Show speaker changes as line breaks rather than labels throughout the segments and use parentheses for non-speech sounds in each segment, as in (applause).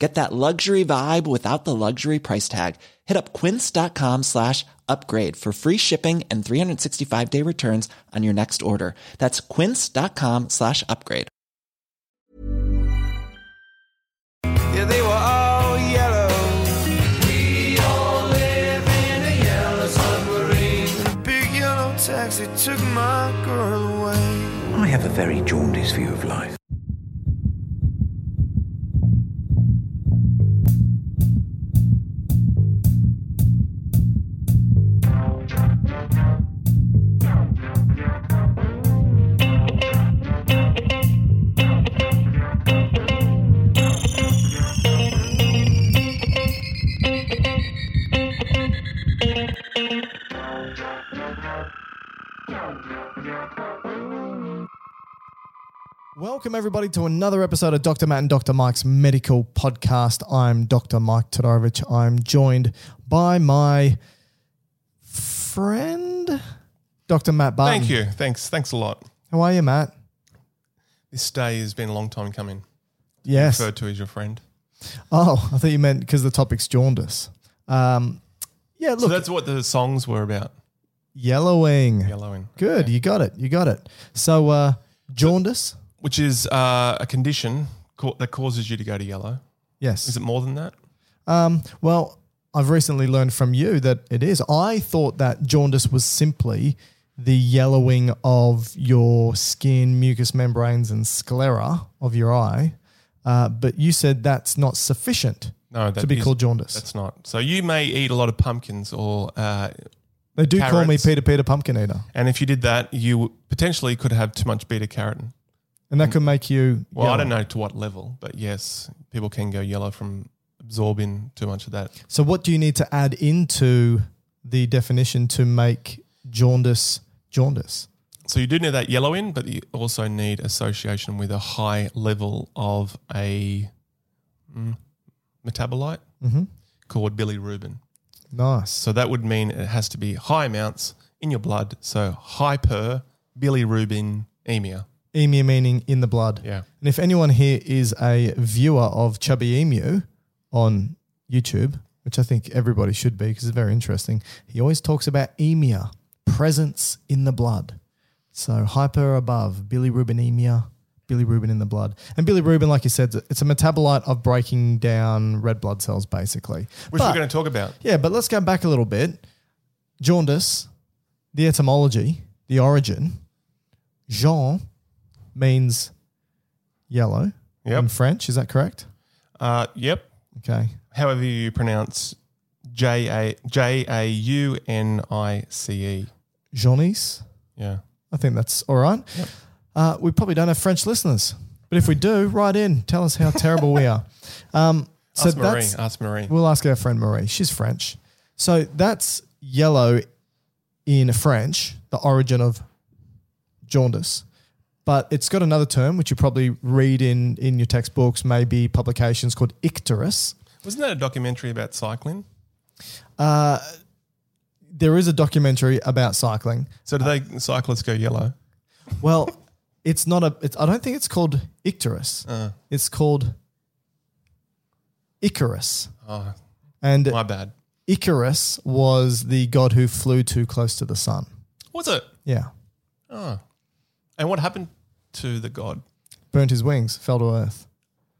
Get that luxury vibe without the luxury price tag. Hit up quince.com slash upgrade for free shipping and 365 day returns on your next order. That's quince.com slash upgrade.
Yeah, they were all yellow. We all live in a yellow submarine. And a big yellow taxi took my girl away.
I have a very jaundiced view of life.
Welcome, everybody, to another episode of Dr. Matt and Dr. Mike's medical podcast. I'm Dr. Mike Todorovich. I'm joined by my friend, Dr. Matt Barton.
Thank you. Thanks. Thanks a lot.
How are you, Matt?
This day has been a long time coming.
Yes.
Referred to as your friend.
Oh, I thought you meant because the topic's jaundice. Um, yeah,
So
look,
that's what the songs were about.
yellowing.
Yellowing.
Good, you got it. You got it. So, uh, jaundice?
Which is uh, a condition ca- that causes you to go to yellow.
Yes.
Is it more than that?
Um, well, I've recently learned from you that it is. I thought that jaundice was simply the yellowing of your skin, mucous membranes, and sclera of your eye. Uh, but you said that's not sufficient
No, that
to be
is-
called jaundice.
That's not. So you may eat a lot of pumpkins, or uh,
they do call me
carrots.
Peter Peter Pumpkin Eater,
and if you did that, you potentially could have too much beta carotin.
and that could make you.
Well, I
yellow.
don't know to what level, but yes, people can go yellow from absorbing too much of that.
So, what do you need to add into the definition to make jaundice jaundice?
So you do need that yellow in, but you also need association with a high level of a mm, metabolite called bilirubin.
Mm-hmm. Nice.
So that would mean it has to be high amounts in your blood. So hyper bilirubinemia.
Emu meaning in the blood.
Yeah.
And if anyone here is a viewer of Chubby Emu on YouTube, which I think everybody should be because it's very interesting, he always talks about emia, presence in the blood. So hyper above, bilirubinemia, bilirubin in the blood. And bilirubin, like you said, it's a metabolite of breaking down red blood cells, basically.
Which
But-
we're going to talk about.
yeah, but let's go back a little bit. Jaundice, the etymology, the origin. Jean means yellow
Yep.
in French. Is that correct?
Uh, yep.
Okay.
However you pronounce J A J A U N I C E.
Jaunice.
Yeah.
I think that's all right. Uh, we probably don't have French listeners, but if we do, write in. Tell us how terrible we are. Um, so
Ask Marie.
that's
Ask Marie.
We'll ask our friend Marie. She's French. So that's yellow in French, the origin of jaundice. But it's got another term, which you probably read in, in your textbooks, maybe publications called icterus.
Wasn't that a documentary about cycling?
There is a documentary about cycling.
So do they cyclists go yellow?
Well, (laughs) it's not a. It's, I don't think it's called icterus.
Uh,
It's called Icarus.
Oh,
And
my bad.
Icarus was the god who flew too close to the sun.
Was it?
Yeah.
Oh. And what happened to the god?
Burnt his wings, fell to earth.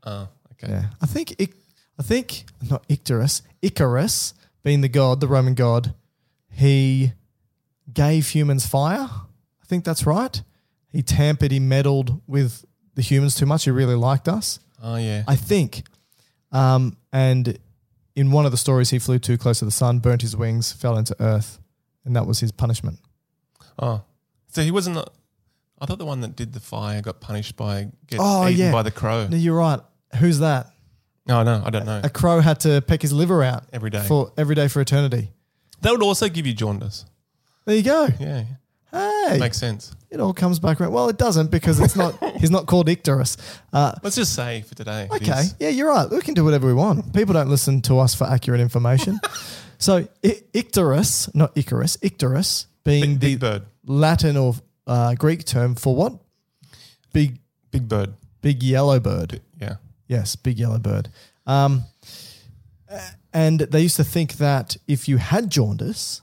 Oh, okay.
Yeah. I think Ic- I think not Icterus, Icarus being the god, the Roman god, he gave humans fire. I think that's right. He tampered, he meddled with the humans too much. He really liked us.
Oh, yeah.
I think. Um, and in one of the stories, he flew too close to the sun, burnt his wings, fell into earth, and that was his punishment.
oh. So he wasn't. the- I thought the one that did the fire got punished by getting
Oh,
eaten
yeah.
by the crow.
No, you're right. Who's that?
No, no, I don't know.
A crow had to peck his liver out
Every day.
for every day for eternity.
That would also give you jaundice.
There you go.
Yeah.
Hey,
Makes sense.
it all comes back around. Well, it doesn't because it's
(laughs)
not. he's not called Icterus. Uh,
Let's just say for today. it
Okay.
is.
Yeah, you're right. We can do whatever we want. People don't listen to us for accurate
(laughs)
information. so I- Icterus, not Icarus, Icterus being
Big,
the
big bird.
Latin or uh, Greek term for what? Big,
Big bird.
big yellow bird.
Yeah.
Yes, big yellow bird. Um, a- and they used to think that if you had jaundice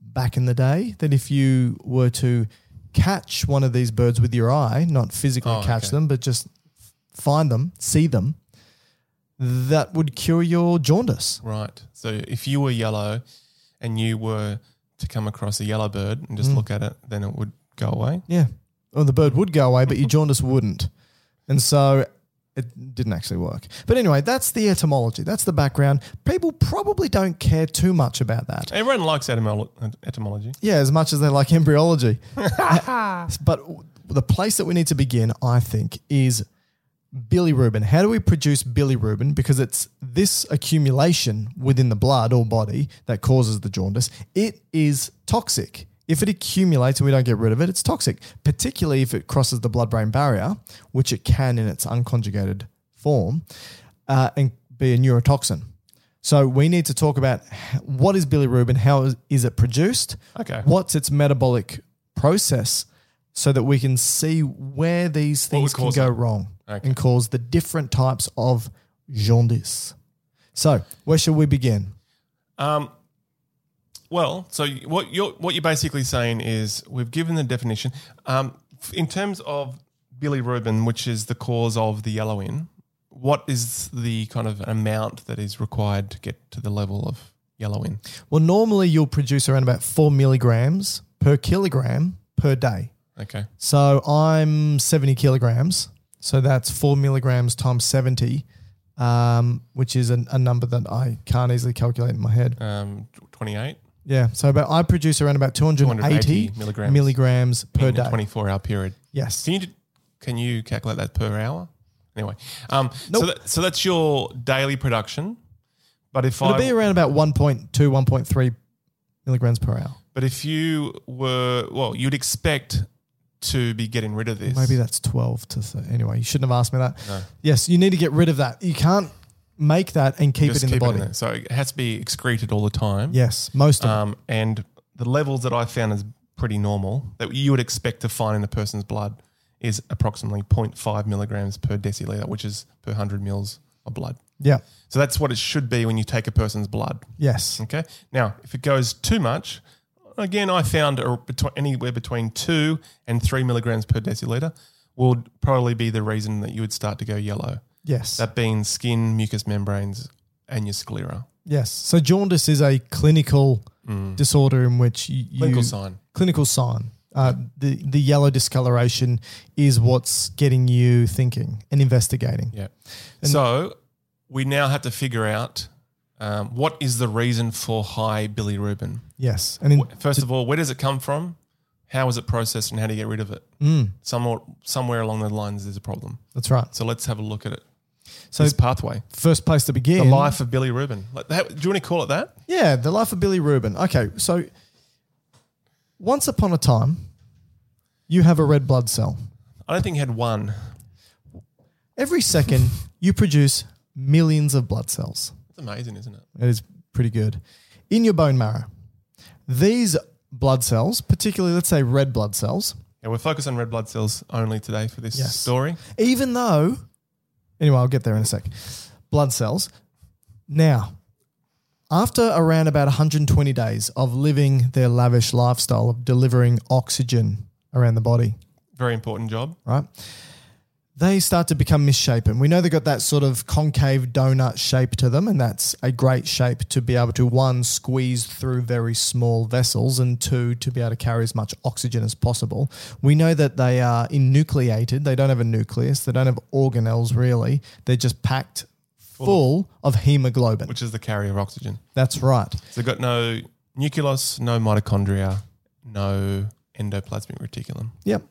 back in the day, that if you were to catch one of these birds with your eye, not physically
Oh,
catch
okay.
them, but just find them, see them, that would cure your jaundice.
Right. So if you were yellow and you were to come across a yellow bird and just look at it, then it would go away.
Yeah. Well, the bird would go away, but your jaundice wouldn't. And so it didn't actually work. But anyway, that's the etymology. That's the background. People probably don't care too much about that.
Everyone likes etymolo- etymology.
Yeah, as much as they like embryology. but w- the place that we need to begin, I think, is bilirubin. How do we produce bilirubin? Because it's this accumulation within the blood or body that causes the jaundice. It is toxic. If it accumulates and we don't get rid of it, it's toxic, particularly if it crosses the blood brain barrier, which it can in its unconjugated form, uh, and be a neurotoxin. So we need to talk about h- what is bilirubin, how is, is it produced,
Okay.
what's its metabolic process, so that we can see where these
What would
things can
cause
go
it?
wrong
Okay.
and cause the different types of jaundice. So where should we begin?
Um, well, so what you're what you're basically saying is we've given the definition. Um, f- in terms of bilirubin, which is the cause of the yellow in, what is the kind of amount that is required to get to the level of yellow in?
Well, normally you'll produce around about four milligrams per kilogram per day.
Okay.
So I'm 70 kilograms. So that's four milligrams times 70, um, which is an, a number that I can't easily calculate in my head.
Um, 28
Yeah. So about I produce around about 280,
280
milligrams,
milligrams.
per
in a
day.
24 hour period.
Yes.
Can you can you calculate that per hour? Anyway, um, so
Nope.
that, so that's your daily production. But if
It'll
I
be around about 1.2, 1.3 milligrams per hour.
But if you were, well, you'd expect to be getting rid of this.
Maybe that's 12 to 30. Anyway, you shouldn't have asked me that. Yes, you need to get rid of that. You can't make that and keep
Just
it in
keep
the body.
there. so it has to be excreted all the time.
yes, most of
Um, and the levels that I found is pretty normal that you would expect to find in a person's blood is approximately 0.5 milligrams per deciliter, which is per 100 mils of blood.
it. Yeah.
So that's what it should be when you take a person's blood.
Yes.
Okay. Now, if it goes too much, again, I found a, between, anywhere between two and three milligrams per deciliter would probably be the reason that you would start to go yellow.
Yes.
That being skin, mucous membranes, and your sclera.
Yes. So jaundice is a clinical disorder in which y- you
Mm. Clinical sign.
clinical sign. Uh, the the yellow discoloration is what's getting you thinking and investigating.
Yeah. so we now have to figure out um, what is the reason for high bilirubin.
Yes, and in,
First of all, where does it come from? How is it processed and how do you get rid of it?
Mm.
Somewhere, somewhere along the lines, there's a problem.
that's right.
So let's have a look at it.
So
this pathway.
first place to begin.
The life of Billy Rubin. Like that, do you want to call it that?
Yeah, the life of Billy Rubin. Okay, so once upon a time, you have a red blood cell.
I don't think he had one.
Every second, you produce millions of blood cells.
It's amazing, isn't it?
It is pretty good. In your bone marrow, these blood cells, particularly let's say red blood cells,
Yeah, we're focused on red blood cells only today for this
Yes.
story.
Even though, anyway, I'll get there in a sec. Blood cells. Now, after around about 120 days of living their lavish lifestyle of delivering oxygen around the body,
Very important job.
right? They start to become misshapen. We know they've got that sort of concave donut shape to them, and that's a great shape to be able to one, squeeze through very small vessels, and two, to be able to carry as much oxygen as possible. We know that they are enucleated, they don't have a nucleus, they don't have organelles really, they're just packed full of hemoglobin.
which is the carrier of oxygen.
that's right.
So they've got no nucleus, no mitochondria, no endoplasmic reticulum.
Yep.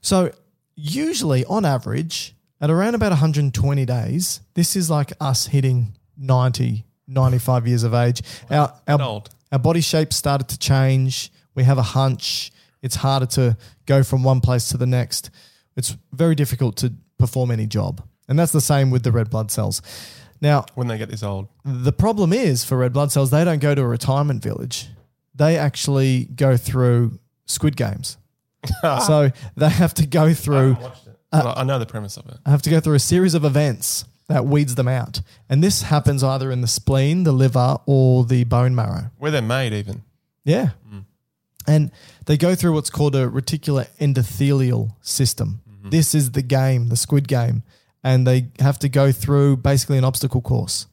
So usually on average, at around about 120 days, this is like us hitting 90, 95 years of age. Our,
That
our,
old.
our body shape started to change. We have a hunch. It's harder to go from one place to the next. It's very difficult to perform any job. And that's the same with the red blood cells. Now,
When they get this old,
the problem is for red blood cells, they don't go to a retirement village. They actually go through squid games. so they have to go through Uh,
Well, I know the premise of it.
have to go through a series of events that weeds them out. And this happens either in the spleen, the liver, or the bone marrow.
Where they're made, even.
Yeah.
Mm.
And they go through what's called a reticular endothelial system.
Mm-hmm.
This is the game, the squid game. And they have to go through basically an obstacle course.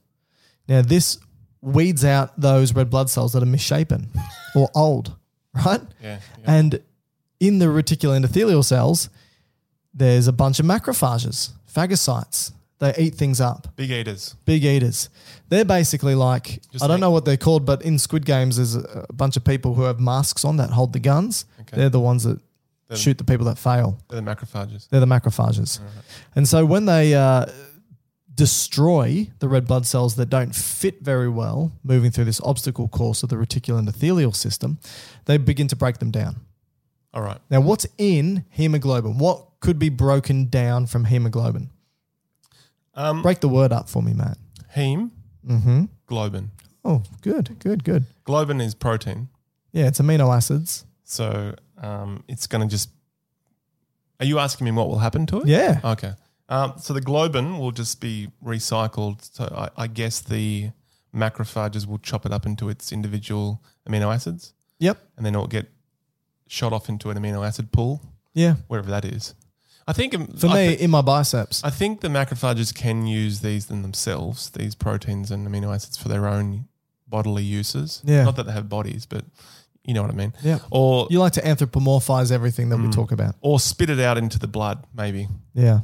Now, this weeds out those red blood cells that are
(laughs)
misshapen or old, right?
Yeah. yeah.
And in the reticular endothelial cells, there's a bunch of macrophages, phagocytes. They eat things up
Big eaters.
big eaters. They're basically like
Just
I don't
like-
know what they're called, but in Squid Games, there's a, a bunch of people who have masks on that hold the guns. They're the ones that shoot the people that fail.
They're the macrophages.
They're the macrophages, and so when they uh, destroy the red blood cells that don't fit very well, moving through this obstacle course of the reticular endothelial system, they begin to break them down.
All right.
Now, what's in hemoglobin? What could be broken down from hemoglobin?
Um,
Break the word up for me, Matt. Mm-hmm.
Heme. Globin.
Oh, good, good, good.
Globin is protein.
Yeah, it's amino acids.
So um, it's going to just. Are you asking me what will happen to it?
Yeah.
Okay. Um, so the globin will just be recycled. So I, I guess the macrophages will chop it up into its individual amino acids,
Yep.
and then it'll get shot off into an amino acid pool,
Yeah.
wherever that is. I think um,
For
I
me,
thi-
in my biceps.
I think the macrophages can use these in themselves, these proteins and amino acids for their own bodily uses.
Yeah.
Not that they have bodies, but you know what I mean.
Yeah.
Or
you like to anthropomorphize everything that
Hmm.
we talk about.
or spit it out into the blood, maybe.
Yeah.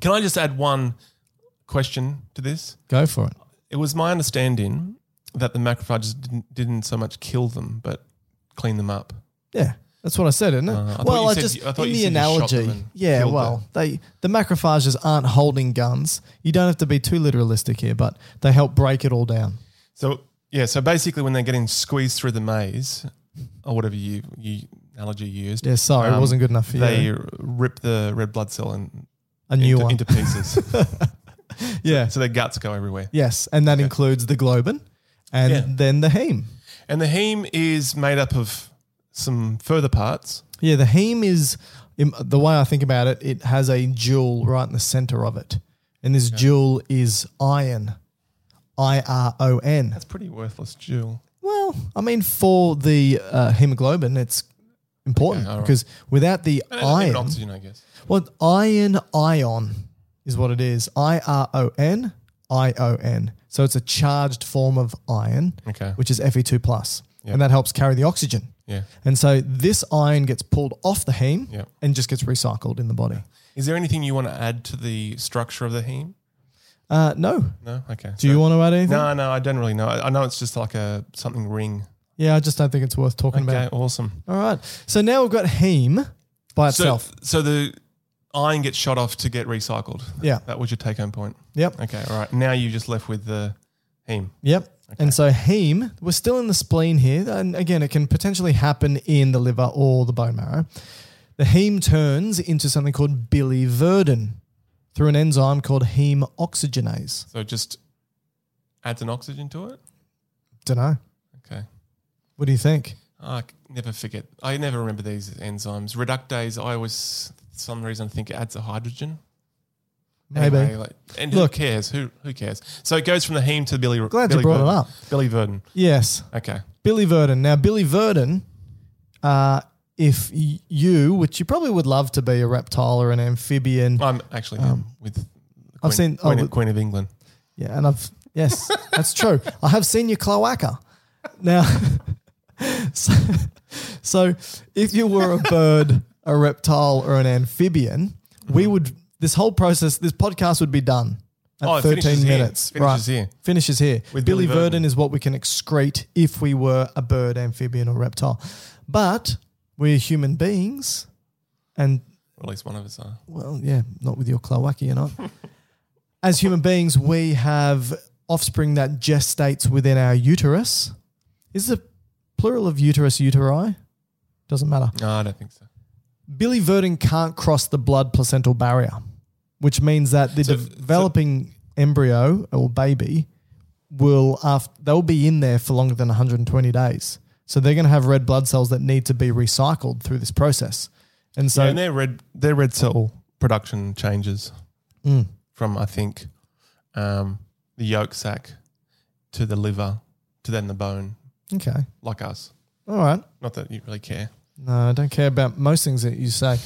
Can I just add one question to this?
Go for it.
It was my understanding that the macrophages didn't, didn't so much kill them, but clean them up.
Yeah. That's what I said, isn't it?
Uh, I thought
well,
you
I
said
just
you- I thought
in
you
the
said you shot them
analogy.
and
Yeah,
killed
well, they the macrophages aren't holding guns. You don't have to be too literalistic here, but they help break it all down.
So yeah, so basically, when they're getting squeezed through the maze, or whatever you, you analogy you used,
Yeah, sorry, it
um,
wasn't good enough for
they
you.
rip the red blood cell in,
A new
into,
one.
into
(laughs)
pieces,
yeah.
so their guts go everywhere.
Yes, and that includes the globin and
Yeah.
then the heme.
And the heme is made up of some further parts.
Yeah, the heme is im- the way I think about it. It has a jewel right in the center of it, and this jewel is iron, I R O N.
That's pretty worthless, jewel.
Well, I mean, for the uh, hemoglobin, it's important
Okay, all right.
because without the
And even
iron,
oxygen, I guess.
well, iron ion is what it is. I R O N I O N. So it's a charged form of iron,
Okay.
which is Fe two plus, and that helps carry the oxygen.
Yeah.
And so this iron gets pulled off the heme
Yeah.
and just gets recycled in the body.
Is there anything you want to add to the structure of the heme?
Uh, no.
No. Okay.
Do you want to add anything?
No, no, I don't really know. I I know it's just like a something ring.
Yeah, I just don't think it's worth talking
Okay,
about.
awesome.
All right. So now we've got heme by
So,
itself.
so the iron gets shot off to get recycled.
Yeah.
That was your take home point.
yep.
Okay, all right. Now you're just left with the heme.
Yep. And so heme, we're still in the spleen here. And again, it can potentially happen in the liver or the bone marrow. The heme turns into something called biliverdin through an enzyme called heme oxygenase.
So it just adds an oxygen to it.
Don't know.
Okay.
What do you think?
I c- never forget. I never remember these enzymes. Reductase. I always, for some reason, think it adds a hydrogen.
Maybe.
Anyway, like- and
Look.
who cares? Who who cares? So it goes from the heme to Billy.
Glad you
Billy
brought it
Verdon.
up.
Billy Verdon.
Yes.
Okay.
Billy Verdon. Now, Billy Verdon, uh, if y- you, which you probably would love to be a reptile or an amphibian,
I'm actually with. the
Um, I've
Queen-
seen- oh,
Queen,
with-
Queen of England.
yeah, and I've, yes, that's true. I have seen your cloaca. Now, (laughs) so, so if you were a bird, a reptile, or an amphibian, we would, this whole process, this podcast would be done. At
Oh, it
13
finishes here.
minutes.
Finishes
right.
here.
Finishes here.
With
Billy,
Billy Verdon.
Verdon is what we can excrete if we were a bird, amphibian, or reptile. But we're human beings, and
Or at least one of us are.
well, yeah, not with your cloaca, you're not. (laughs) As human beings, we have offspring that gestates within our uterus. Is the plural of uterus uteri? Doesn't matter.
No, I don't think so.
Billy Verdon can't cross the blood placental barrier, which means that the
So-
developing embryo or baby will after, they'll be in there for longer than 120 days. So they're going to have red blood cells that need to be recycled through this process. And so
and their red their red cell production changes
Mm.
from I think um, the yolk sac to the liver to then the bone,
okay.
like us.
All right.
Not that you really care.
No, I don't care about most things that you say.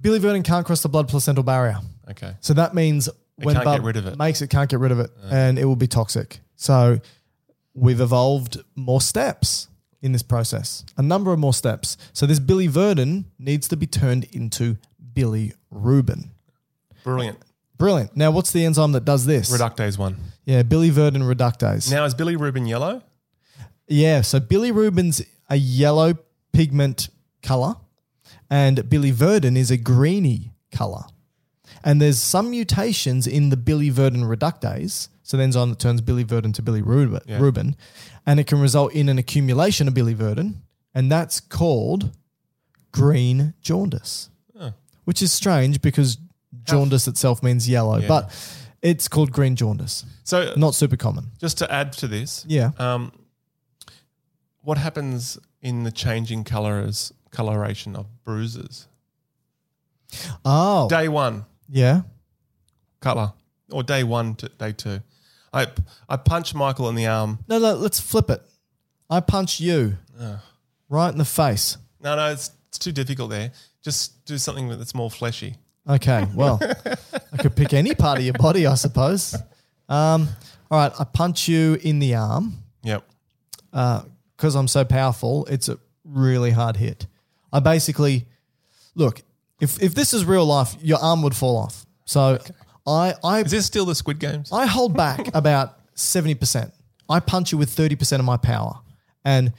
Billy Verdon can't cross the blood placental barrier.
Okay.
So that means when
can't get
bub
rid of it.
makes it can't get rid of it and it will be toxic. So we've evolved more steps in this process, a number of more steps. So this Billy Verdon needs to be turned into Billy Rubin.
Brilliant.
Brilliant. Now, what's the enzyme that does this?
Reductase one.
yeah, Billy Verdon reductase.
Now is Billy Rubin yellow?
Yeah, so Billy Rubin's a yellow pigment color, and Billy Verdon is a greeny color. And there's some mutations in the Billy Verdon reductase, so the enzyme that turns Billy Verdon to Billy Rubin, Rubin, and it can result in an accumulation of Billy Verdon, and that's called green jaundice, which is strange because jaundice itself means yellow, but it's called green jaundice.
So
Not super common.
just to add to this,
Yeah.
Um, what happens in the changing colors coloration of bruises?
Oh,
Day one,
yeah.
color, or day one to day two. I I punch Michael in the arm.
No, no, let's flip it. I punch you right in the face.
No, no, it's, it's too difficult there. Just do something that's more fleshy.
Okay, well, I could pick any part of your body, I suppose. Um, all right, I punch you in the arm
Yep.
because I'm so powerful. It's a really hard hit. I basically look. If if this is real life, your arm would fall off. So I I
Is this still the Squid Games?
I hold
(laughs)
back about 70%. I punch you with 30% of my power. And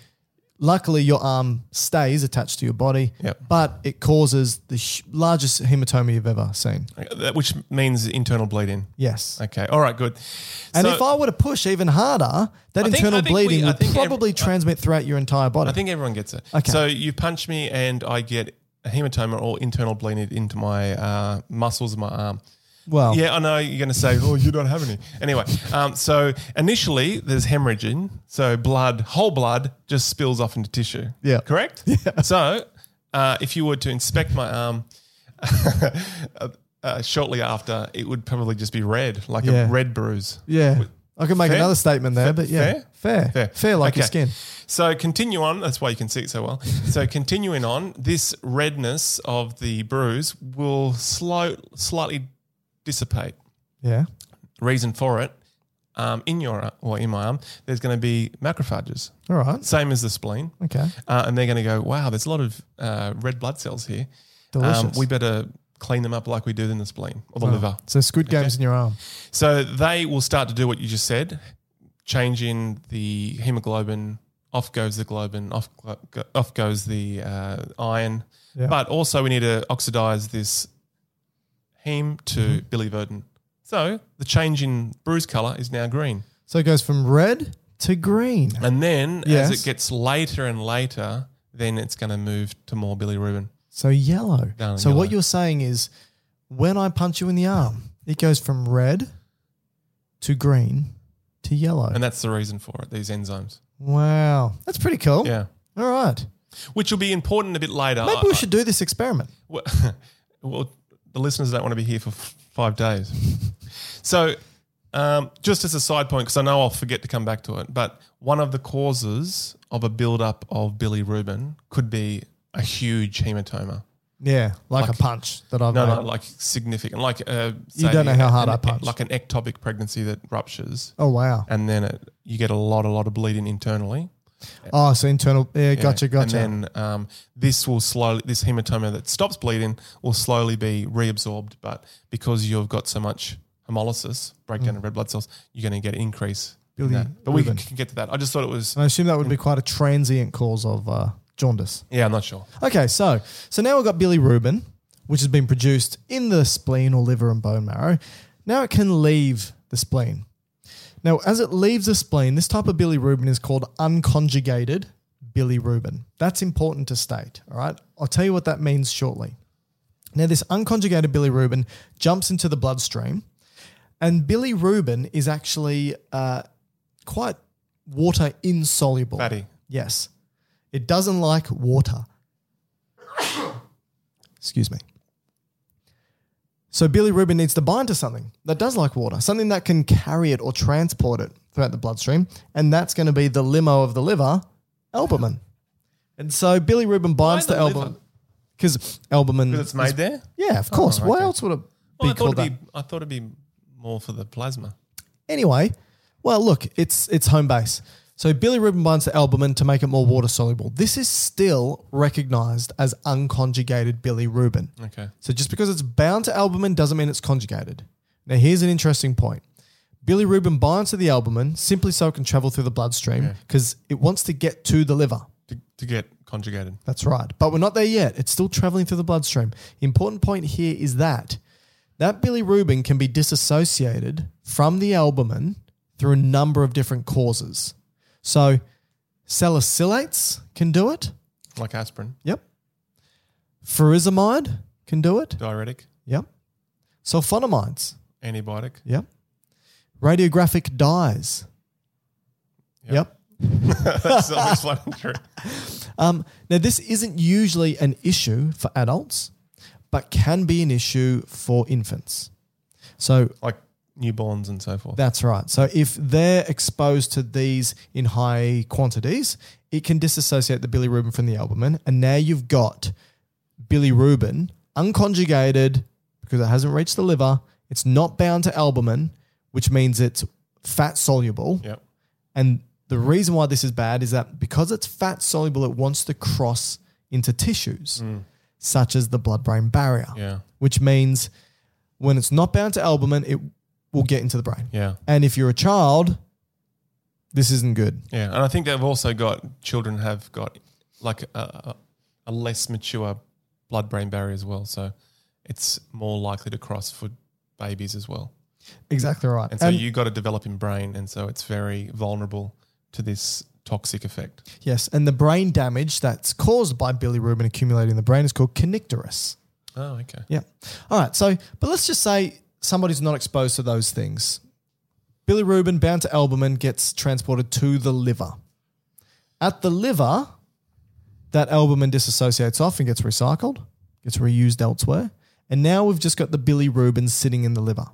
luckily, your arm stays attached to your body,
Yep.
but it causes the sh- largest hematoma you've ever seen.
That- Which means internal bleeding.
Yes.
Okay. All right. Good.
And
So,
if I were to push even harder, that
I think-
internal
I think we-
bleeding
I
would
think every-
probably
I-
transmit throughout your entire body.
I think everyone gets it.
Okay.
So you punch me and I get a hematoma or internal bleeding into my uh, muscles of my arm.
well,
Yeah, I know you're going to say, oh, you don't have any. Anyway, um, so initially there's hemorrhaging. So blood, whole blood, just spills off into tissue.
Yeah.
Correct? Yeah. So uh, if you were to inspect my arm (laughs) uh, uh, shortly after, it would probably just be red, like
Yeah.
a red bruise.
yeah. I could make
Fair?
another statement there,
Fair-
but yeah. Fair. Fair, like your
Okay.
skin.
So continue on. That's why you can see it so well. So continuing on, this redness of the bruise will slow, slightly dissipate.
Yeah.
reason for it um, in your or in my arm, there's going to be macrophages,
All right.
same as the spleen,
Okay.
uh, and they're going to go, wow, there's a lot of uh, red blood cells here. Um,
Delicious.
we better clean them up like we do in the spleen or the liver.
So, squid games in your arm.
So they will start to do what you just said, changing the hemoglobin. Off goes the globin. Off glo- go- off goes the uh, iron.
Yeah.
But also we need to oxidize this heme to
Mm-hmm.
biliverdin. So the change in bruise color is now green.
So, it goes from red to green.
And then
Yes.
as it gets later and later, then it's going to move to more bilirubin.
So yellow.
Down
so what
yellow.
you're saying is when I punch you in the arm, it goes from red to green to yellow.
And that's the reason for it, these enzymes.
wow. That's pretty cool.
Yeah.
All right.
which will be important a bit later.
Maybe
I-
we
I-
should do this experiment.
Well, (laughs) well, the listeners don't want to be here for f- five days. (laughs) So, um, just as a side point, because I know I'll forget to come back to it, but one of the causes of a buildup of bilirubin could be a huge hematoma.
Yeah, like,
Like-
a punch that I've
No,
made.
no, like significant. Like uh,
You
say
don't know how hard
an-
I punch.
Like an ectopic pregnancy that ruptures,
oh wow.
and then it, you get a lot, a lot of bleeding internally.
Oh, so internal. Yeah, gotcha,
Yeah.
gotcha.
And then um, this will slowly, this hematoma that stops bleeding will slowly be reabsorbed, but because you've got so much hemolysis,
Mm.
breakdown of red blood cells, you're going to get an increase. in that. But we can,
Bilirubin.
can get to that. I just thought it was,
and I assume that would be quite a transient cause of uh, jaundice.
yeah, I'm not sure.
Okay, so so now we've got bilirubin, which has been produced in the spleen or liver and bone marrow. Now it can leave the spleen. Now, as it leaves the spleen, this type of bilirubin is called unconjugated bilirubin. That's important to state. All right, I'll tell you what that means shortly. Now, this unconjugated bilirubin jumps into the bloodstream, and bilirubin is actually uh, quite water insoluble.
Fatty.
Yes. It doesn't like water. Excuse me. So bilirubin needs to bind to something that does like water, something that can carry it or transport it throughout the bloodstream, and that's going to be the limo of the liver, albumin. And so bilirubin binds
the
to albumin
liver?
because albumin.
Because it's made there?
Yeah, of course.
Oh,
Why
okay.
else would it be
Well, I, thought
called that?
it'd be, I thought it'd be more for the plasma.
Anyway, well, look, it's it's home base. So bilirubin binds to albumin to make it more water soluble. This is still recognized as unconjugated bilirubin.
Okay.
So just because it's bound to albumin doesn't mean it's conjugated. Now here's an interesting point. Bilirubin binds to the albumin simply so it can travel through the bloodstream because it wants to get to the liver.
To, to get conjugated.
That's right. But we're not there yet. It's still traveling through the bloodstream. Important point here is that that bilirubin can be disassociated from the albumin through a number of different causes. So salicylates can do it.
Like aspirin,
Yep. Furosemide can do it.
diuretic,
Yep. Sulfonamides.
antibiotic.
Yep. Radiographic dyes.
Yep.
yep.
(laughs)
(laughs)
That's self-explanatory.
Um, now, this isn't usually an issue for adults, but can be an issue for infants. So
like newborns and so forth.
that's right. So if they're exposed to these in high quantities, it can disassociate the bilirubin from the albumin. And now you've got bilirubin unconjugated because it hasn't reached the liver. It's not bound to albumin, which means it's fat soluble.
yep.
And the reason why this is bad is that because it's fat soluble, it wants to cross into tissues, such as the blood brain barrier,
Mm. Yeah.
which means when it's not bound to albumin, it will get into the brain.
Yeah.
And if you're a child, this isn't good.
Yeah, and I think they've also got children have got like a, a, a less mature blood-brain barrier as well, so it's more likely to cross for babies as well.
Exactly right.
And so you got a developing brain, and so it's very vulnerable to this toxic effect.
yes, and the brain damage that's caused by bilirubin accumulating in the brain is called connectorous.
Oh, okay.
Yeah. All right. So, but let's just say somebody's not exposed to those things. Bilirubin bound to albumin gets transported to the liver. At the liver, that albumin disassociates off and gets recycled, gets reused elsewhere. And now we've just got the bilirubin sitting in the liver.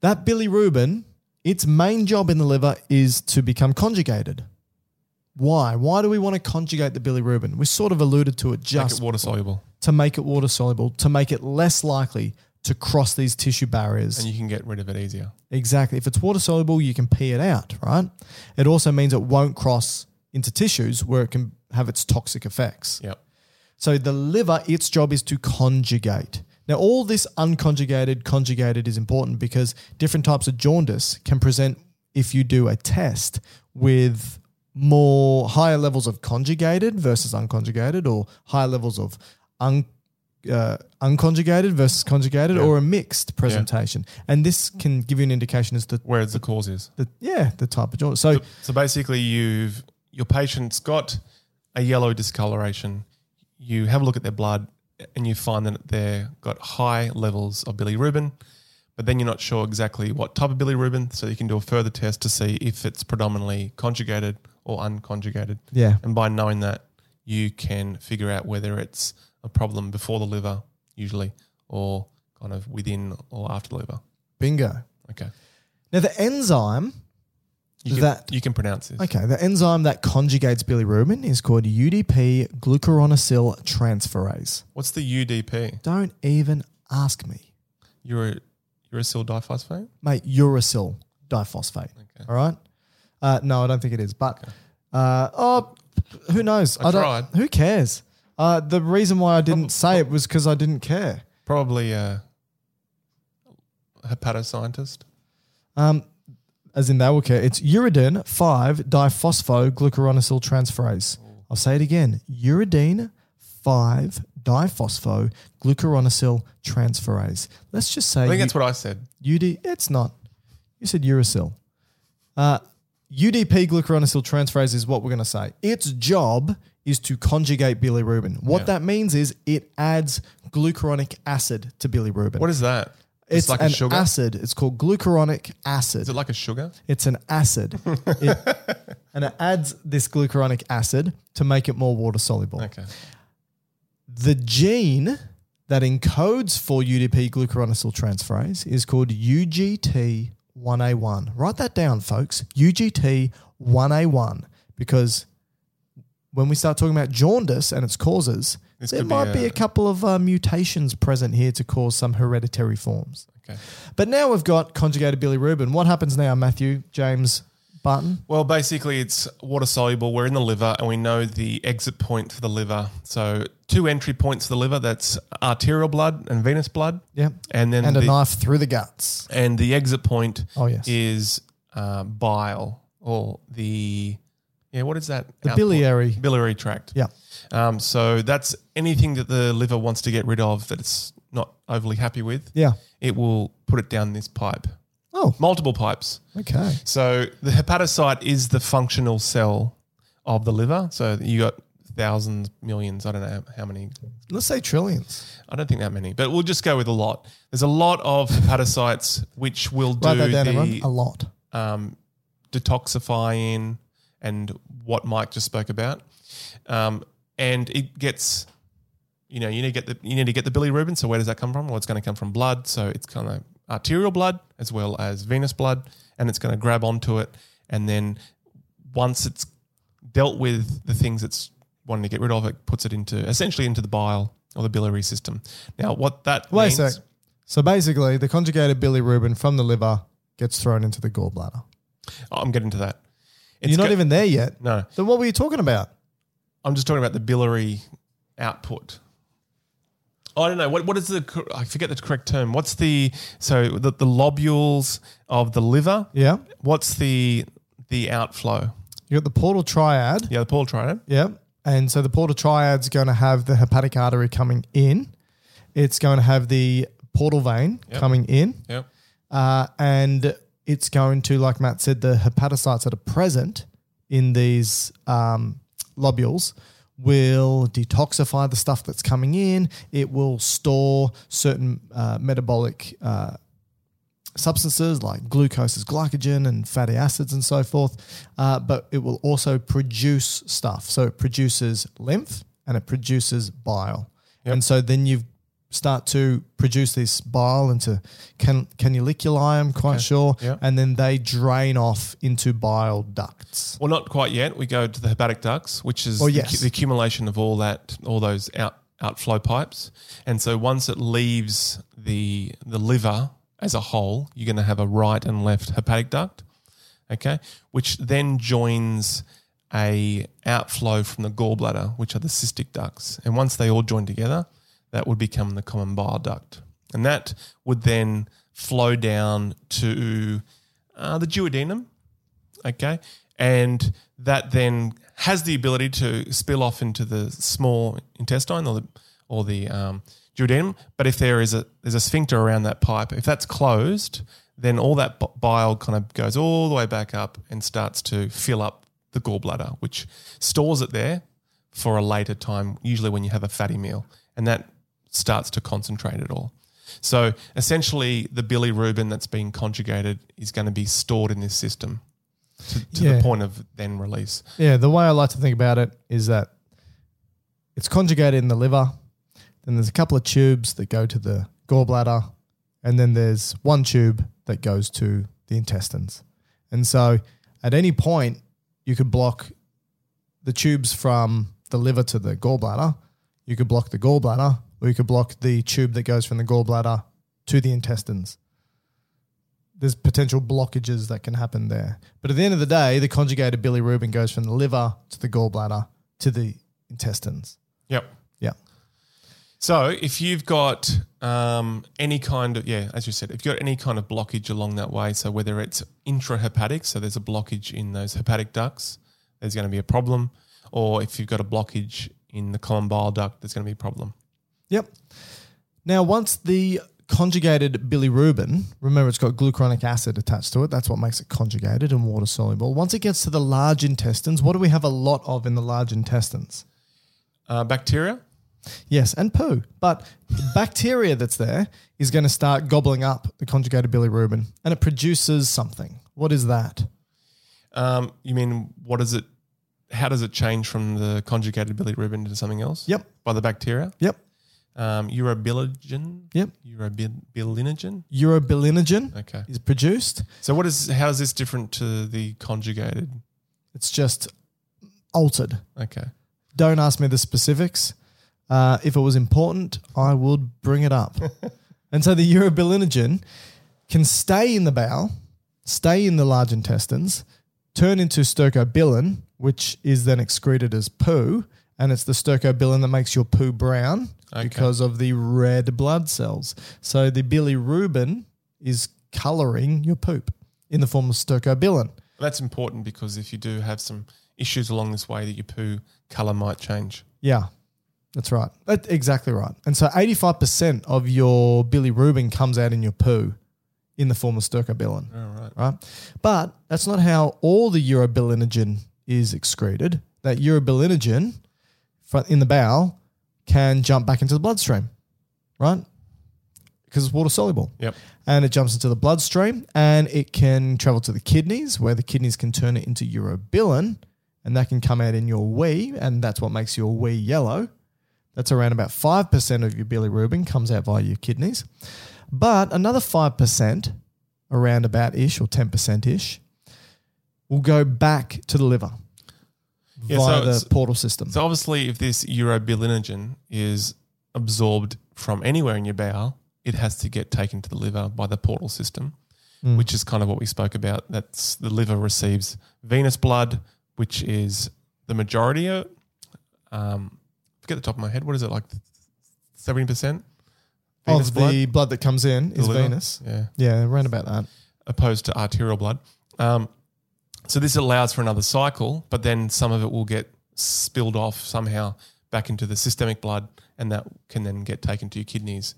That bilirubin, its main job in the liver is to become conjugated. Why? Why do we want to conjugate the bilirubin? We sort of alluded to it
Make
just
it water soluble,
to make it water soluble, to make it less likely to cross these tissue barriers.
and you can get rid of it easier.
exactly. If it's water soluble, you can pee it out, right? It also means it won't cross into tissues where it can have its toxic effects.
Yep.
So the liver, its job is to conjugate. Now, all this unconjugated, conjugated is important because different types of jaundice can present if you do a test with more higher levels of conjugated versus unconjugated, or higher levels of un, uh, unconjugated versus conjugated, or a mixed presentation. And this can give you an indication as to
Whereas the cause is
the yeah the type of jaundice. So
so basically you've your patient's got a yellow discoloration you have a look at their blood and you find that they've got high levels of bilirubin but then you're not sure exactly what type of bilirubin, so you can do a further test to see if it's predominantly conjugated or unconjugated.
Yeah.
And by knowing that, you can figure out whether it's a problem before the liver, usually, or kind of within or after the liver.
Bingo.
Okay.
Now the enzyme
You can,
That-
you can pronounce this.
Okay, the enzyme that conjugates bilirubin is called UDP glucuronyl transferase.
What's the UDP?
Don't even ask me.
Ura, uracil diphosphate?
Mate, uracil diphosphate.
Okay.
All right? Uh, no, I don't think it is. But uh, oh, who knows?
I
don't-
tried.
Who cares? Uh, the reason why I didn't say it was because I didn't care.
Probably a hepatoscientist.
Um, as in they will care. It's uridine 5 diphosphoglucuronyl transferase. I'll say it again. Uridine 5 diphosphoglucuronyl transferase. Let's just say
I think
you-
that's what I said.
UD. It's not. You said uracil. Uh, UDP glucuronyl transferase is what we're going to say. Its job is to conjugate bilirubin. What
Yeah.
that means is it adds glucuronic acid to bilirubin.
What is that?
it's
like
an
a sugar.
acid. It's called glucuronic acid.
Is it like a sugar?
It's an acid.
(laughs)
It- and it adds this glucuronic acid to make it more water soluble.
Okay.
The gene that encodes for UDP glucuronyl transferase is called UGT1A1. Write that down, folks. UGT1A1, because when we start talking about jaundice and its causes,
This
there
could be
might be a,
a-
couple of uh, mutations present here to cause some hereditary forms.
Okay.
But now we've got conjugated bilirubin. What happens now, Matthew, James, Barton?
Well, basically, it's water soluble. We're in the liver, and we know the exit point for the liver. So, two entry points for the liver that's arterial blood and venous blood.
Yeah.
And then
And
the,
a knife through the guts.
And the exit point
Oh, yes.
is uh, bile or the, yeah, what is that?
The
Output?
biliary.
Biliary tract.
Yeah.
Um, so that's anything that the liver wants to get rid of that it's not overly happy with.
Yeah.
It will put it down this pipe,
Oh,
multiple pipes.
okay.
So the hepatocyte is the functional cell of the liver. So you got thousands, millions, I don't know how many.
Let's say trillions.
I don't think that many, but we'll just go with a lot. There's a lot of hepatocytes which will do
Write that down, everyone. A
the
lot.
um, detoxifying and what Mike just spoke about. Um, and it gets, you know, you need to get the you need to get the bilirubin. So where does that come from? Well, it's going to come from blood. So it's kind of arterial blood as well as venous blood, and it's going to grab onto it. And then once it's dealt with the things it's wanting to get rid of, it puts it into essentially into the bile or the biliary system. Now, what that
Wait a
means,
sec. So basically, the conjugated bilirubin from the liver gets thrown into the gallbladder.
I'm getting to that. It's
You're not
go-
even there yet.
no.
Then what were you talking about?
I'm just talking about the biliary output. I don't know what what is the cor- I forget the correct term. What's the so the, the lobules of the liver?
Yeah.
What's the the outflow?
You got the portal triad.
Yeah, the Paul tried it.
Yeah. And so the portal triad's going to have the hepatic artery coming in, it's going to have the portal vein
Yep.
coming in.
Yep.
uh, and it's going to, like Matt said, the hepatocytes that are present in these um, lobules will detoxify the stuff that's coming in. It will store certain uh, metabolic uh, substances like glucose as glycogen and fatty acids and so forth, uh, but it will also produce stuff. So it produces lymph and it produces bile. And so then you start to produce this bile into can, cannulliculi, I'm quite sure,
yeah.
and then they drain off into bile ducts.
Well, not quite yet. We go to the hepatic ducts, which is
Oh,
the,
yes.
the accumulation of all that, all those out outflow pipes. And so once it leaves the the liver as a whole, you're going to have a right and left hepatic duct, okay, which then joins a outflow from the gallbladder, which are the cystic ducts. And once they all join together, that would become the common bile duct, and that would then flow down to uh, the duodenum okay and that then has the ability to spill off into the small intestine or the or the um, duodenum but if there is a there's a sphincter around that pipe if that's closed then all that b- bile kind of goes all the way back up and starts to fill up the gallbladder which stores it there for a later time usually when you have a fatty meal and that starts to concentrate it all So essentially, the bilirubin that's being conjugated is going to be stored in this system to, to
Yeah.
the point of then release.
Yeah, the way I like to think about it is that it's conjugated in the liver, then there's a couple of tubes that go to the gallbladder, and then there's one tube that goes to the intestines. And so at any point, you could block the tubes from the liver to the gallbladder, you could block the gallbladder, or you could block the tube that goes from the gallbladder to the intestines there's potential blockages that can happen there. But at the end of the day, the conjugated bilirubin goes from the liver to the gallbladder to the intestines.
Yep.
Yeah.
So if you've got um, any kind of yeah, as you said, if you've got any kind of blockage along that way, so whether it's intrahepatic, so there's a blockage in those hepatic ducts, there's going to be a problem, or if you've got a blockage in the common bile duct, there's going to be a problem.
Yep. Now, once the conjugated bilirubin, remember it's got glucuronic acid attached to it, that's what makes it conjugated and water soluble. Once it gets to the large intestines, what do we have a lot of in the large intestines?
Uh, bacteria,
Yes, and poo. But (laughs) the bacteria that's there is going to start gobbling up the conjugated bilirubin and it produces something. What is that?
um, you mean what does it? How does it change from the conjugated bilirubin to something else?
Yep.
by the bacteria.
Yep.
Um, urobilinogen.
Yep.
Urobilinogen.
Urobilinogen
Okay.
is produced.
So what is how is this different to the conjugated?
It's just altered.
Okay.
Don't ask me the specifics. Uh, if it was important, I would bring it up. and so the urobilinogen can stay in the bowel, stay in the large intestines, turn into stercobilin, which is then excreted as poo. And it's the stercobilin that makes your poo brown
Okay.
because of the red blood cells. So the bilirubin is coloring your poop in the form of stercobilin.
That's important because if you do have some issues along this way that your poo colour might change.
Yeah, that's right. That's exactly right. And so 85% of your bilirubin comes out in your poo in the form of stercobilin.
All right.
Right. But that's not how all the urobilinogen is excreted. That urobilinogen fro- in the bowel can jump back into the bloodstream, right? Because it's water soluble.
Yep.
And it jumps into the bloodstream and it can travel to the kidneys, where the kidneys can turn it into urobilin and that can come out in your wee. And that's what makes your wee yellow. That's around about 5% of your bilirubin comes out via your kidneys. But another 5%, around about ish or 10% ish, will go back to the liver
Yeah,
via
so
the
it's-
portal system.
So obviously if this urobilinogen is absorbed from anywhere in your bowel, it has to get taken to the liver by the portal system,
Mm.
which is kind of what we spoke about. That's the liver receives venous blood, which is the majority of um forget the top of my head, what is it like seventy percent?
of the blood that comes in is venous.
Yeah.
Yeah, around about that.
opposed to arterial blood. Um, so this allows for another cycle, but then some of it will get spilled off somehow back into the systemic blood, and that can then get taken to your kidneys.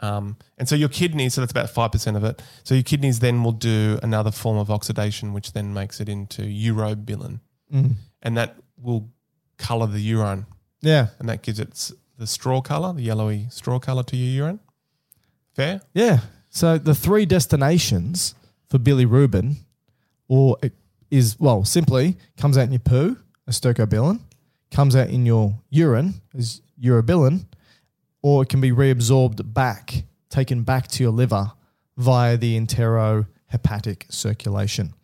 Um, and so your kidneys, so that's about five percent of it. So your kidneys then will do another form of oxidation, which then makes it into urobilin, and that will color the urine,
Yeah.
and that gives it s- the straw color, the yellowy straw color to your urine. Fair?
Yeah. So the three destinations for bilirubin, or it is well simply comes out in your poo as stercobilin, comes out in your urine as urobilin, or it can be reabsorbed back, taken back to your liver via the enterohepatic circulation,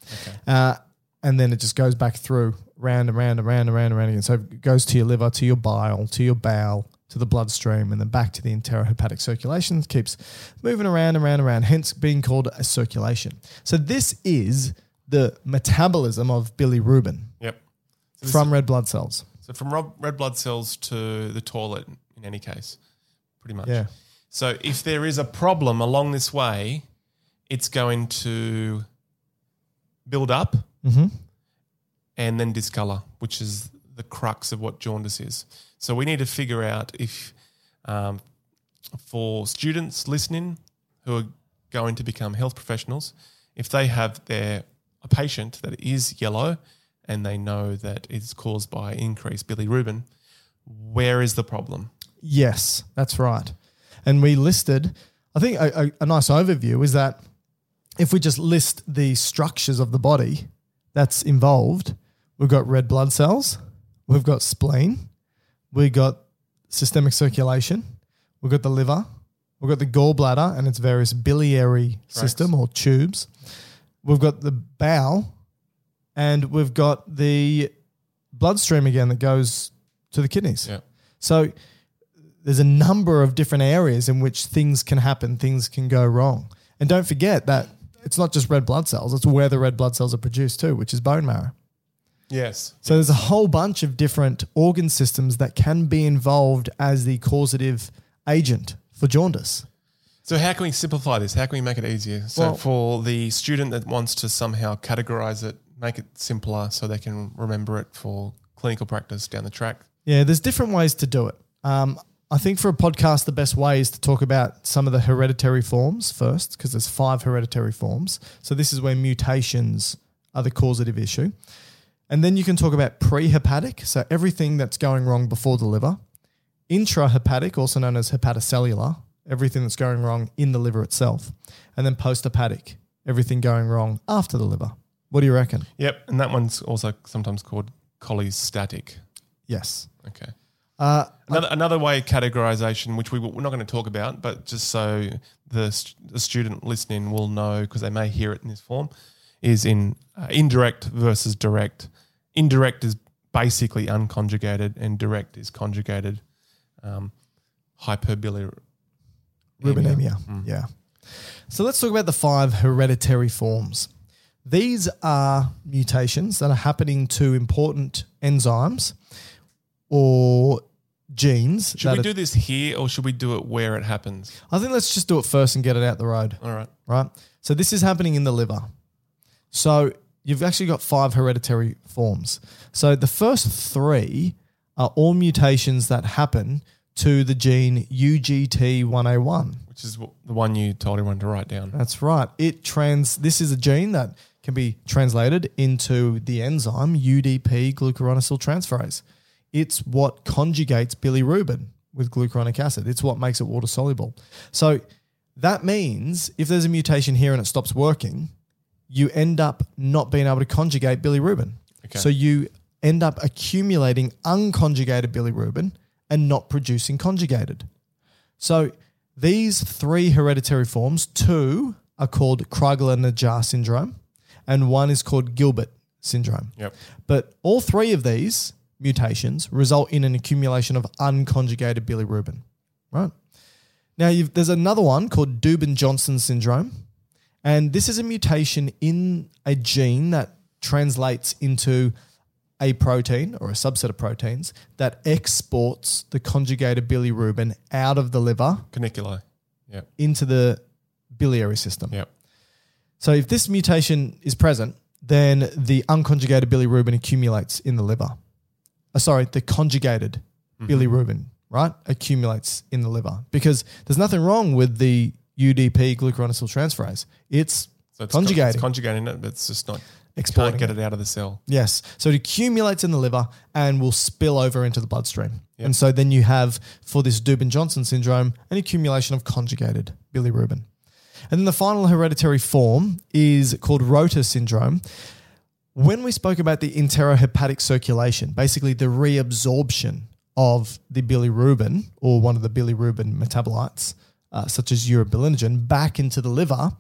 uh, and then it just goes back through round and round and round and round and round again. So it goes to your liver, to your bile, to your bowel. To the bloodstream and then back to the enterohepatic circulation It keeps moving around and around and around, hence being called a circulation. So this is the metabolism of bilirubin
Yep.
from red blood cells.
So from rob- red blood cells to the toilet, in any case, pretty much.
Yeah.
So if there is a problem along this way, it's going to build up
Mm-hmm.
and then discolor, which is the crux of what jaundice is. So we need to figure out if, um, for students listening who are going to become health professionals, if they have their a patient that is yellow and they know that it's caused by increased bilirubin, where is the problem?
Yes, that's right. And we listed I think a, a, a nice overview is that if we just list the structures of the body that's involved, we've got red blood cells, we've got spleen, we've got systemic circulation, we've got the liver, we've got the gallbladder and its various biliary system or tubes, we've got the bowel, and we've got the bloodstream again that goes to the kidneys.
Yeah.
So there's a number of different areas in which things can happen, things can go wrong. And don't forget that it's not just red blood cells, it's where the red blood cells are produced too, which is bone marrow.
Yes.
So there's a whole bunch of different organ systems that can be involved as the causative agent for jaundice.
So how can we simplify this? How can we make it easier? So
Well-
for the student that wants to somehow categorize it, make it simpler so they can remember it for clinical practice down the track.
Yeah, there's different ways to do it. Um, I think for a podcast, the best way is to talk about some of the hereditary forms first, because there's five hereditary forms. So this is where mutations are the causative issue. And then you can talk about prehepatic, so everything that's going wrong before the liver, intrahepatic, also known as hepatocellular, everything that's going wrong in the liver itself, and then posthepatic, everything going wrong after the liver. What do you reckon?
Yep. And that one's also sometimes called cholestatic.
Yes.
Okay.
Uh,
Another, another way of categorization, which we, will- we're not going to talk about, but just so the, st- the student listening will know, because they may hear it in this form, is in uh, indirect versus direct. Indirect is basically unconjugated, and direct is conjugated um, hyperbilirubinemia.
Rubinemia.
Mm.
Yeah. So let's talk about the five hereditary forms. These are mutations that are happening to important enzymes or genes.
Should
that
we
are-
do this here or should we do it where it happens?
I think let's just do it first and get it out the road,
All right.
right? So this is happening in the liver. So you've actually got five hereditary forms. So the first three are all mutations that happen to the gene UGT1A1.
Which is wh- the one you told everyone to write down.
That's right. It trans. This is a gene that can be translated into the enzyme UDP glucuronyl transferase. It's what conjugates bilirubin with glucuronic acid. It's what makes it water soluble. So that means if there's a mutation here and it stops working, you end up not being able to conjugate bilirubin.
Okay.
So you end up accumulating unconjugated bilirubin and not producing conjugated. So these three hereditary forms, two are called Krigler-Najar syndrome and one is called Gilbert syndrome.
Yep.
But all three of these mutations result in an accumulation of unconjugated bilirubin, right? Now, you've, there's another one called Dubin-Johnson syndrome, and this is a mutation in a gene that translates into a protein or a subset of proteins that exports the conjugated bilirubin out of the liver
Caniculi. Yep.
into the biliary system.
Yep.
So if this mutation is present, then the unconjugated bilirubin accumulates in the liver. Uh, sorry, the conjugated bilirubin, right, accumulates in the liver because there's nothing wrong with the UDP glucuronyl transferase. It's,
So it's con-
conjugating,
It's conjugating it, but it's just not,
exporting.
can't get it out of the cell.
Yes. So it accumulates in the liver and will spill over into the bloodstream. And so then you have, for this Dubin Johnson syndrome, an accumulation of conjugated bilirubin. And then the final hereditary form is called Rotor syndrome. When we spoke about the enterohepatic circulation, basically the reabsorption of the bilirubin or one of the bilirubin metabolites, uh, such as urobilinogen, back into the liver,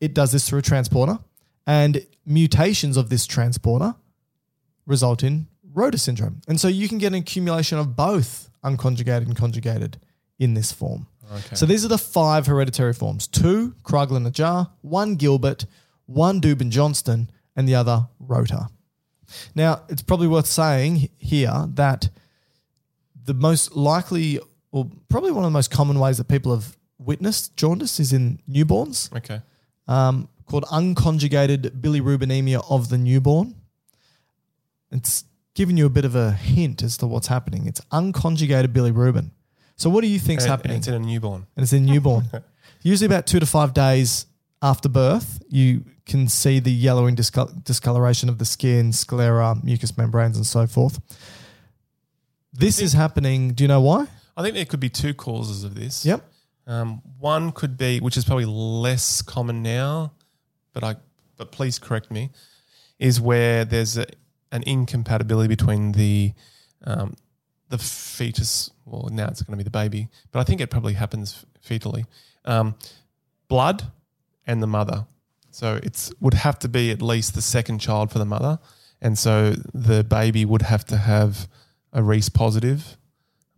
it does this through a transporter. And mutations of this transporter result in rotor syndrome. And so you can get an accumulation of both unconjugated and conjugated in this form. So these are the five hereditary forms two Krugler Najar, one Gilbert, one Dubin Johnston, and the other rotor. Now, it's probably worth saying h- here that the most likely, or probably one of the most common ways that people have witnessed jaundice is in newborns
Okay.
um, called unconjugated bilirubinemia of the newborn. It's giving you a bit of a hint as to what's happening. It's unconjugated bilirubin. So what do you think's
And- and
happening?
It's in a newborn.
and it's in
(laughs)
newborn. Usually about two to five days after birth, you can see the yellowing discol- discoloration of the skin, sclera, mucous membranes, and so forth. This is happening. Do you know why?
I think there could be two causes of this. Um, one could be, which is probably less common now, but I, but please correct me, is where there's a, an incompatibility between the, um, the fetus. Well, now it's going to be the baby, but I think it probably happens fetally. Um, blood and the mother. So it's would have to be at least the second child for the mother, and so the baby would have to have a Reese positive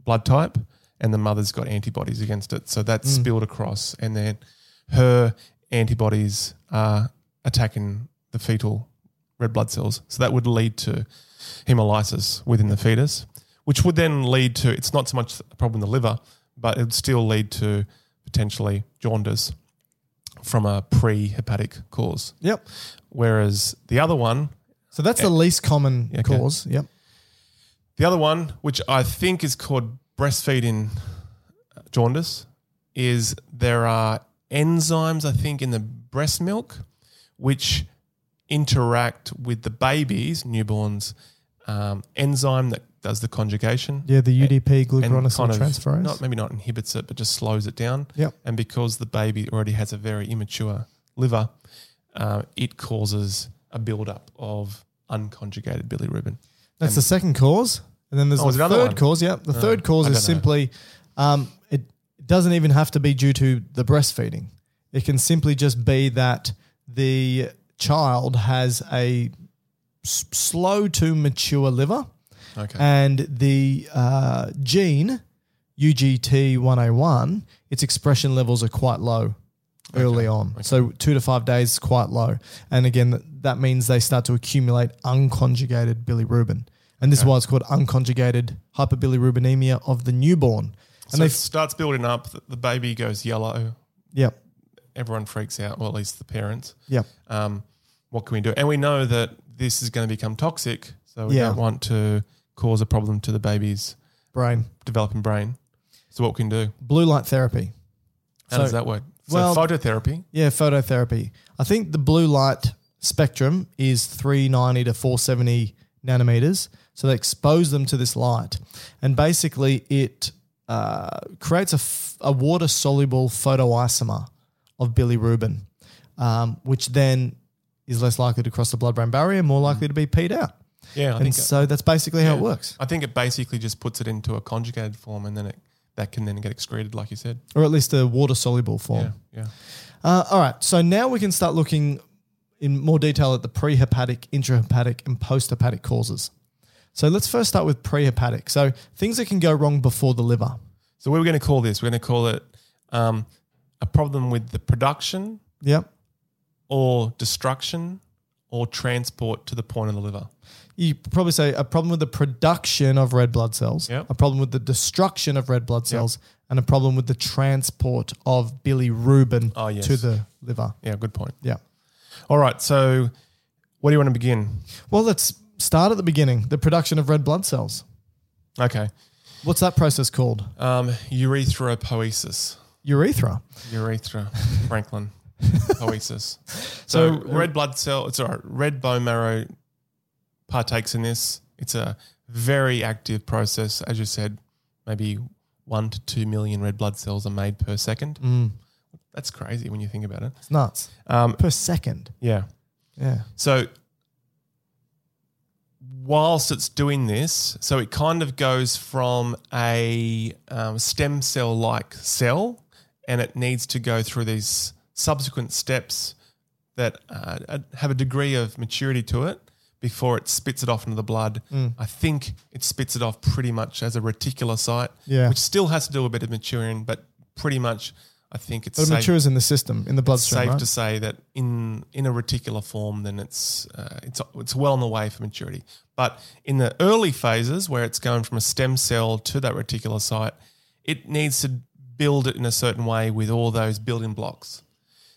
blood type, and the mother's got antibodies against it. So that's spilled across, and then her antibodies are attacking the fetal red blood cells. So that would lead to hemolysis within the fetus, which would then lead to it's not so much a problem in the liver, but it would still lead to potentially jaundice from a pre-hepatic cause.
Yep.
Whereas the other one,
So that's the least common
Okay.
cause. Yep.
the other one, which I think is called breastfeeding jaundice, is there are enzymes I think in the breast milk which interact with the baby's newborn's um, enzyme that does the conjugation.
Yeah, the UDP
and
glucuronosine
kind of
transferase.
Not maybe not inhibits it, but just slows it down.
Yep.
And because the baby already has a very immature liver, uh, it causes a buildup of unconjugated bilirubin.
That's the second cause, and then there's
Oh, is
the
there another
third
one? Uh,
cause. Yep, the third cause
I
is
don't know.
simply um, it doesn't even have to be due to the breastfeeding. It can simply just be that the child has a s- slow to mature liver,
Okay.
and the uh, gene UGT101, its expression levels are quite low early on. So two to five days is quite low. And again, th- that means they start to accumulate unconjugated bilirubin. And this is why it's called unconjugated hyperbilirubinemia of the newborn. And
so
they,
it starts building up. The, the baby goes yellow.
yep,
Everyone freaks out, or at least the parents.
yep,
Um, what can we do? And we know that this is going to become toxic, so we
Yeah.
don't want to cause a problem to the baby's
brain.
developing brain. So what can we do?
Blue light therapy.
How
So-
does that work? So
well-
phototherapy.
Yeah, phototherapy. I think the blue light spectrum is 390 to 470 nanometers. So they expose them to this light. And basically, it uh, creates a, f- a water soluble photoisomer of bilirubin, um, which then is less likely to cross the blood brain barrier, more likely to be peed out.
Yeah, Mm. I
and
think
so that's basically how it works,
I think it basically just puts it into a conjugated form, and then it that can then get excreted, like you said.
or at least a water soluble form.
Yeah, yeah.
Uh, all right. So now we can start looking in more detail at the prehepatic, intrahepatic, and posthepatic causes. So let's first start with prehepatic. So things that can go wrong before the liver.
So what we're going to call this, we're going to call it um, a problem with the production
Yep.
or destruction or transport to the point of the liver.
You probably say a problem with the production of red blood cells,
Yep.
a problem with the destruction of red blood cells, and a problem with the transport of bilirubin
Oh, yes.
to the liver.
Yeah, good point.
Yeah.
All right, so where do you want to begin?
Well, let's start at the beginning the production of red blood cells.
Okay,
What's that process called?
um, urethropoiesis.
Urethra.
Urethra, Franklin, poiesis. So, red blood cell, sorry, red bone marrow partakes in this. It's a very active process, as you said. Maybe one to two million red blood cells are made per second. That's crazy when you think about it.
It's nuts.
Um,
Per second.
yeah.
Yeah.
So whilst it's doing this, so it kind of goes from a um, stem cell like cell, and it needs to go through these subsequent steps that uh, uh, have a degree of maturity to it before it spits it off into the blood.
Mm.
I think it spits it off pretty much as a reticulocyte,
Yeah.
which still has to do a bit of maturing, but pretty much I think it's
But it
safe-
matures in the system, in the bloodstream.
safe
right?
to say that in in a reticular form, then it's uh, it's it's well on the way for maturity. But in the early phases, where it's going from a stem cell to that reticular site, it needs to build it in a certain way with all those building blocks.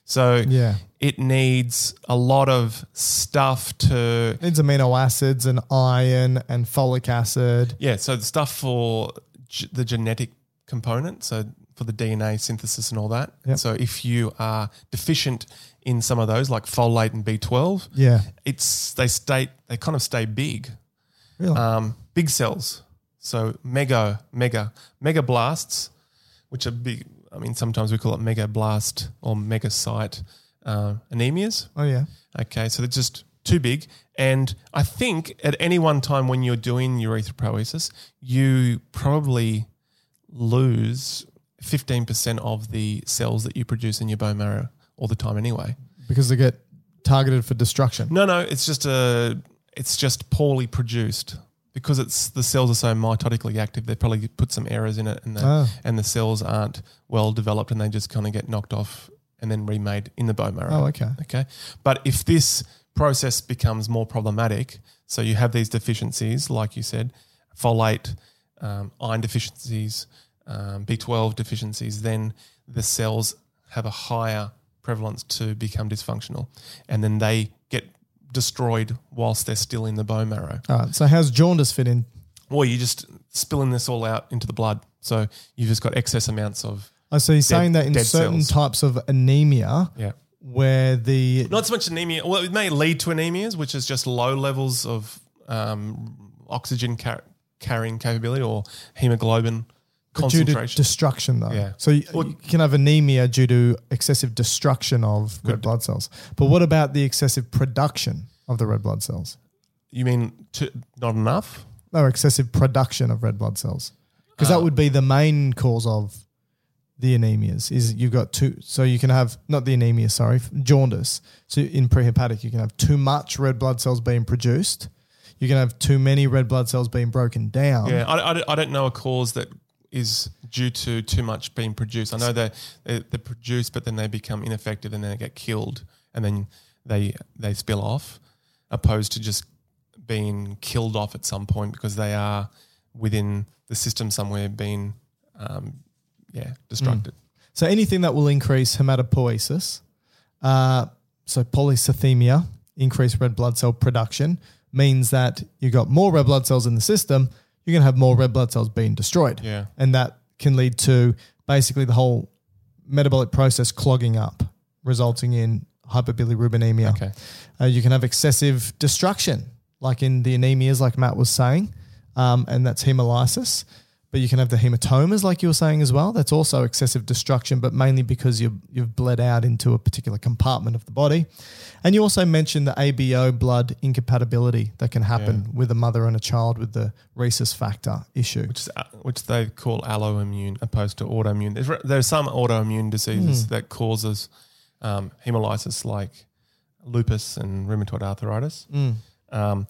So
Yeah.
it needs a lot of stuff to
Needs amino acids and iron and folic acid.
yeah. So the stuff for g- the genetic component, so for the DNA synthesis and all that.
Yep.
So if you are deficient in some of those, like folate and B twelve,
Yeah.
it's they stay they kind of stay big,
Really?
um, big cells. So mega, mega, mega blasts, which are big I mean, sometimes we call it megablast or megacyte uh, anemias.
Oh yeah.
Okay, so they're just too big. And I think at any one time when you're doing urethropoiesis, you probably lose 15% of the cells that you produce in your bone marrow all the time anyway.
Because they get targeted for destruction.
No, no, it's just a, it's just poorly produced because it's the cells are so mitotically active. They probably put some errors in it, and the
Ah.
and the cells aren't well developed, and they just kind of get knocked off and then remade in the bone marrow.
Oh, okay.
Okay. But if this process becomes more problematic, so you have these deficiencies, like you said, folate, um, iron deficiencies, um, B12 deficiencies, then the cells have a higher prevalence to become dysfunctional. And then they get destroyed whilst they're still in the bone marrow.
All right. So how's jaundice fit in?
Or you're just spilling this all out into the blood. So you've just got excess amounts of.
Oh, so he's saying that in
dead
certain
cells.
types of anemia,
Yeah.
where the
Not so much anemia. Well, it may lead to anemias, which is just low levels of um, oxygen car- carrying capability or hemoglobin
due to
concentration.
destruction though.
Yeah.
So you,
Well-
you can have anemia due to excessive destruction of red blood cells. But what about the excessive production of the red blood cells?
you mean to, not enough?
No, excessive production of red blood cells. Because that would be the main cause of the anemias is you've got two so you can have not the anemia sorry jaundice so in prehepatic you can have too much red blood cells being produced you can have too many red blood cells being broken down
Yeah, I, I don't- I don't know a cause that is due to too much being produced. I know they they- they're produced, but then they become ineffective and then they get killed and then they they spill off, opposed to just being killed off at some point because they are within the system somewhere being, um, yeah, destructed.
So anything that will increase hematopoiesis, uh, so polycythemia, increased red blood cell production, means that you've got more red blood cells in the system, you're going to have more red blood cells being destroyed.
Yeah.
And that can lead to basically the whole metabolic process clogging up, resulting in hyperbilirubinemia.
Okay.
Uh, you can have excessive destruction, like in the anemias, like Matt was saying, um, and that's hemolysis. But you can have the hematomas, like you were saying as well. That's also excessive destruction, but mainly because you've, you've bled out into a particular compartment of the body. And you also mentioned the ABO blood incompatibility that can happen with a mother and a child with the rhesus factor issue.
Which, is, uh, which they call alloimmune opposed to autoimmune. There's, re- there are some autoimmune diseases that causes um, hemolysis like lupus and rheumatoid arthritis. Um,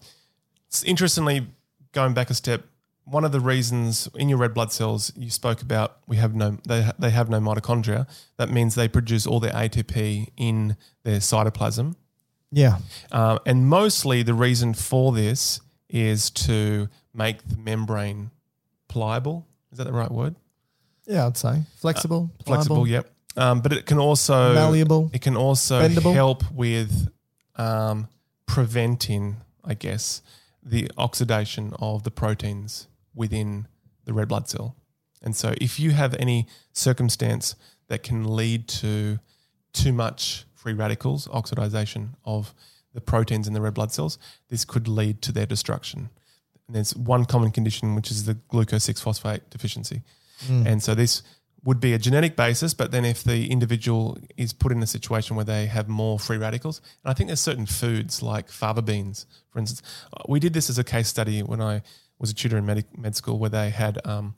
s- interestingly, going back a step, one of the reasons in your red blood cells you spoke about we have no they, ha- they have no mitochondria. That means they produce all their ATP in their cytoplasm.
Yeah.
Um, and mostly the reason for this is to make the membrane pliable. Is that the right word?
Yeah, I'd say. Flexible,
Uh, Flexible,
pliable,
yep. Um, but it can also
malleable.
it can also
Bendable.
help with um, preventing, I guess, the oxidation of the proteins within the red blood cell. And so, if you have any circumstance that can lead to too much free radicals, oxidation of the proteins in the red blood cells, this could lead to their destruction. And there's one common condition, which is the glucose 6 phosphate deficiency. And so this would be a genetic basis, but then if the individual is put in a situation where they have more free radicals, and I think there's certain foods like fava beans, for instance. Uh, We did this as a case study when I was a tutor in med, med school where they had, um,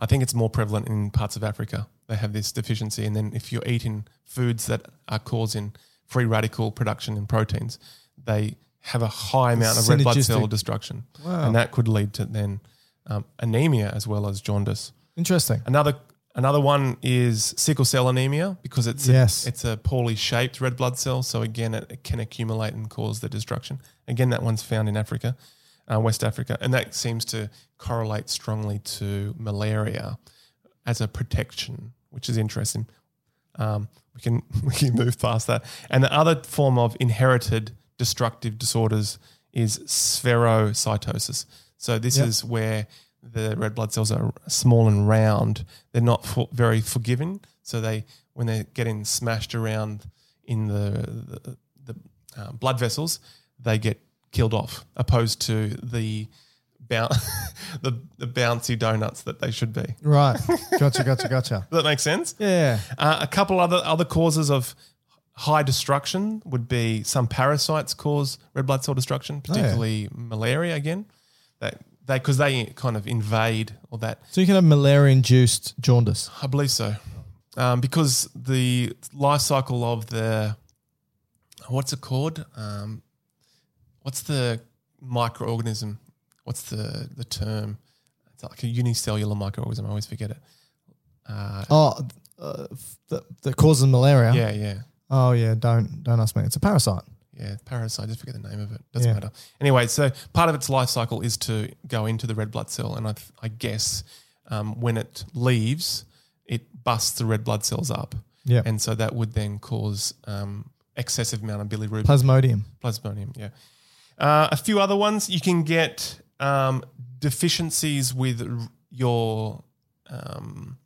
I think it's more prevalent in parts of Africa. They have this deficiency. And then if you're eating foods that are causing free radical production in proteins, they have a high amount of red blood cell
Synergistic.
destruction.
Wow.
And that could lead to then um, anemia as well as jaundice. (laughs)
Interesting.
Another another one is sickle cell anemia because it's
Yes.
a, it's a poorly shaped red blood cell, so again it, it can accumulate and cause the destruction. Again, that one's found in Africa, uh, West Africa, and that seems to correlate strongly to malaria as a protection, which is interesting. Um, we can (laughs) we can move past that. And the other form of inherited destructive disorders is spherocytosis. So this
Yep.
is where the red blood cells are small and round. They're not for, very forgiving. So they when they're getting smashed around in the the, the uh, blood vessels, they get killed off. Opposed to the boun- (laughs) the, the bouncy donuts that they should be.
Right. Gotcha, gotcha, gotcha.
Does that make sense?
Yeah.
Uh, a couple other other causes of high destruction would be some parasites cause red blood cell destruction, particularly malaria. Again, that they because they kind of invade or that
So you can have malaria induced jaundice.
I believe so, um, because the life cycle of the what's it called? Um, what's the microorganism? What's the the term? It's like a unicellular microorganism. I always forget it.
Oh, uh, that, that causes malaria.
Yeah, yeah.
Oh yeah, don't don't ask me. It's a parasite.
Yeah, parasite. I just forget the name of it. Doesn't
Yeah.
matter. Anyway, so part of its life cycle is to go into the red blood cell, and I, th- I guess um, when it leaves, it busts the red blood cells up.
Yeah.
and so that would then cause um, excessive amount of bilirubin.
Plasmodium.
Plasmodium, yeah. Uh, a few other ones you can get um, deficiencies with r- your um,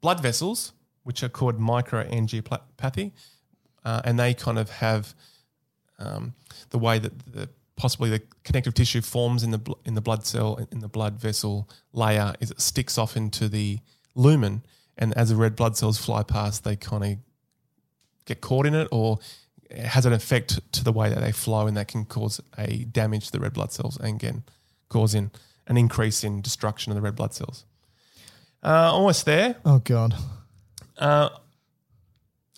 blood vessels, which are called microangiopathy, uh, and they kind of have um, the way that the, possibly the connective tissue forms in the bl- in the blood cell in the blood vessel layer is it sticks off into the lumen, and as the red blood cells fly past, they kind of get caught in it or it has an effect to the way that they flow and that can cause a damage to the red blood cells and again causing an increase in destruction of the red blood cells. Uh, almost there.
Oh god.
Uh,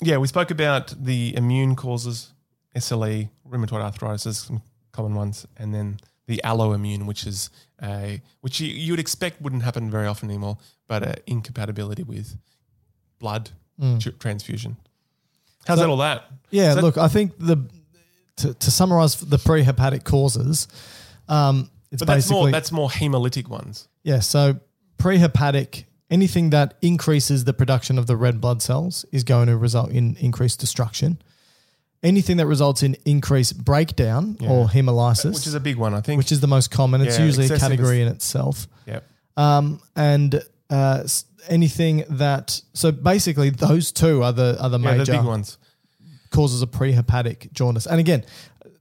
yeah, we spoke about the immune causes, SLE, rheumatoid arthritis, is some common ones, and then the alloimmune, which is a which you, you would expect wouldn't happen very often anymore, but uh, incompatibility with blood tr- transfusion. How's that all that?
Yeah,
So-
look, I think the to, to summarize the prehepatic causes, um, it's
But that's more
basically
that's more hemolytic ones.
yeah. So prehepatic, anything that increases the production of the red blood cells is going to result in increased destruction. Anything that results in increased breakdown or hemolysis,
Uh, which is a big one, I think.
which is the most common. It's
Yeah,
usually a
excessive-
category in itself.
yep.
um, and uh, s- anything that so basically those two are the are the
Yeah, the
major
big ones.
causes of prehepatic jaundice. And again,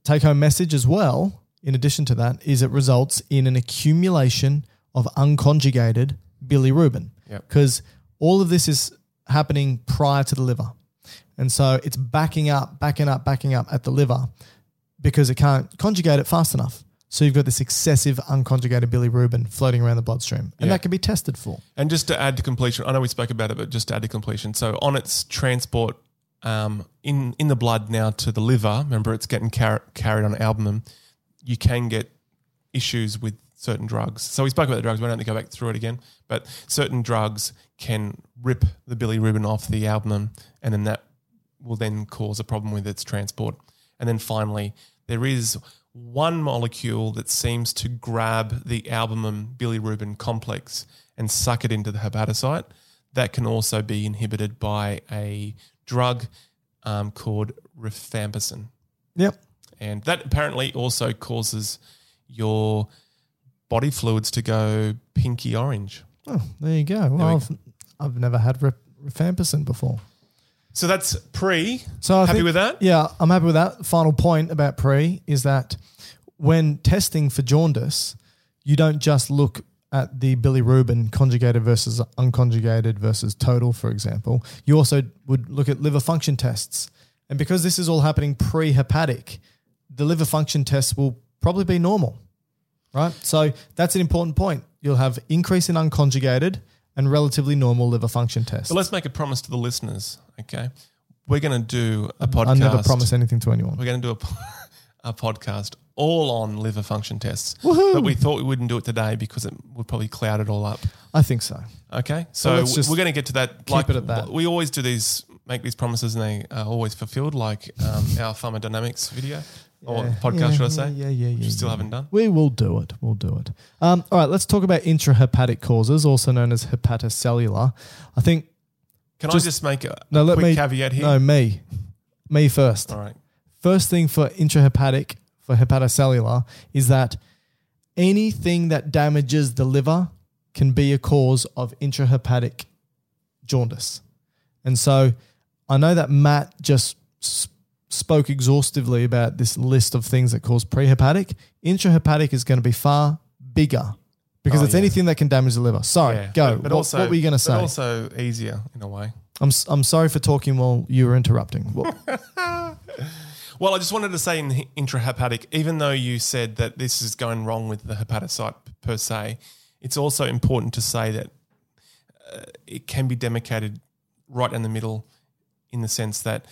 take home message as well. In addition to that, is it results in an accumulation of unconjugated bilirubin
Yep.
because all of this is happening prior to the liver, and so it's backing up, backing up, backing up at the liver because it can't conjugate it fast enough. So you've got this excessive unconjugated bilirubin floating around the bloodstream, and
Yeah.
that can be tested for.
And just to add to completion, I know we spoke about it, but just to add to completion, so on its transport um, in in the blood now to the liver, remember it's getting car- carried on albumin. You can get issues with certain drugs. So we spoke about the drugs. We don't need to go back through it again, but certain drugs can rip the bilirubin off the albumin, and then that will then cause a problem with its transport. And then finally, there is one molecule that seems to grab the albumin bilirubin complex and suck it into the hepatocyte. That can also be inhibited by a drug um, called rifampicin.
Yep.
And that apparently also causes your body fluids to go pinky orange.
Oh, there you go. Well,
we
I've, I've never had rip, rifampicin before.
So that's pre.
So I
Happy
think-
with that?
Yeah, I'm happy with that. Final point about pre is that when testing for jaundice, you don't just look at the bilirubin conjugated versus unconjugated versus total, for example. You also would look at liver function tests. And because this is all happening pre-hepatic, the liver function tests will probably be normal, right? So that's an important point. You'll have increase in unconjugated and relatively normal liver function tests.
But let's make a promise to the listeners, okay? We're going to do a podcast.
I never promise anything to anyone.
We're going to do a, po- (laughs) a podcast all on liver function tests. But we thought we wouldn't do it today because it would probably cloud it all up.
I think so.
Okay. So
Well, let's
w-
just
we're going to get to that.
keep it at that.
We always do these, make these promises and they are always fulfilled, like um, (laughs) our pharmacodynamics video or podcast,
Yeah,
should I
yeah,
say?
Yeah, yeah, yeah.
Which we still
yeah.
haven't done.
We will do it. We'll do it. Um, all right, let's talk about intrahepatic causes, also known as hepatocellular. I think.
Can
Just-
I just make a
No, let
quick
me.
caveat here?
No, me. Me first.
All right.
First thing for intrahepatic, for hepatocellular, is that anything that damages the liver can be a cause of intrahepatic jaundice. And so I know that Matt just s- spoke exhaustively about this list of things that cause prehepatic. Intrahepatic is going to be far bigger because
Oh,
it's
yeah.
anything that can damage the liver. Sorry,
Yeah.
go.
But, but
what,
also,
what were you going to
but
say?
also easier in a way.
I'm s- I'm sorry for talking while you were interrupting. What-
Well, I just wanted to say in the intrahepatic, even though you said that this is going wrong with the hepatocyte per se, it's also important to say that uh, it can be demarcated right in the middle in the sense that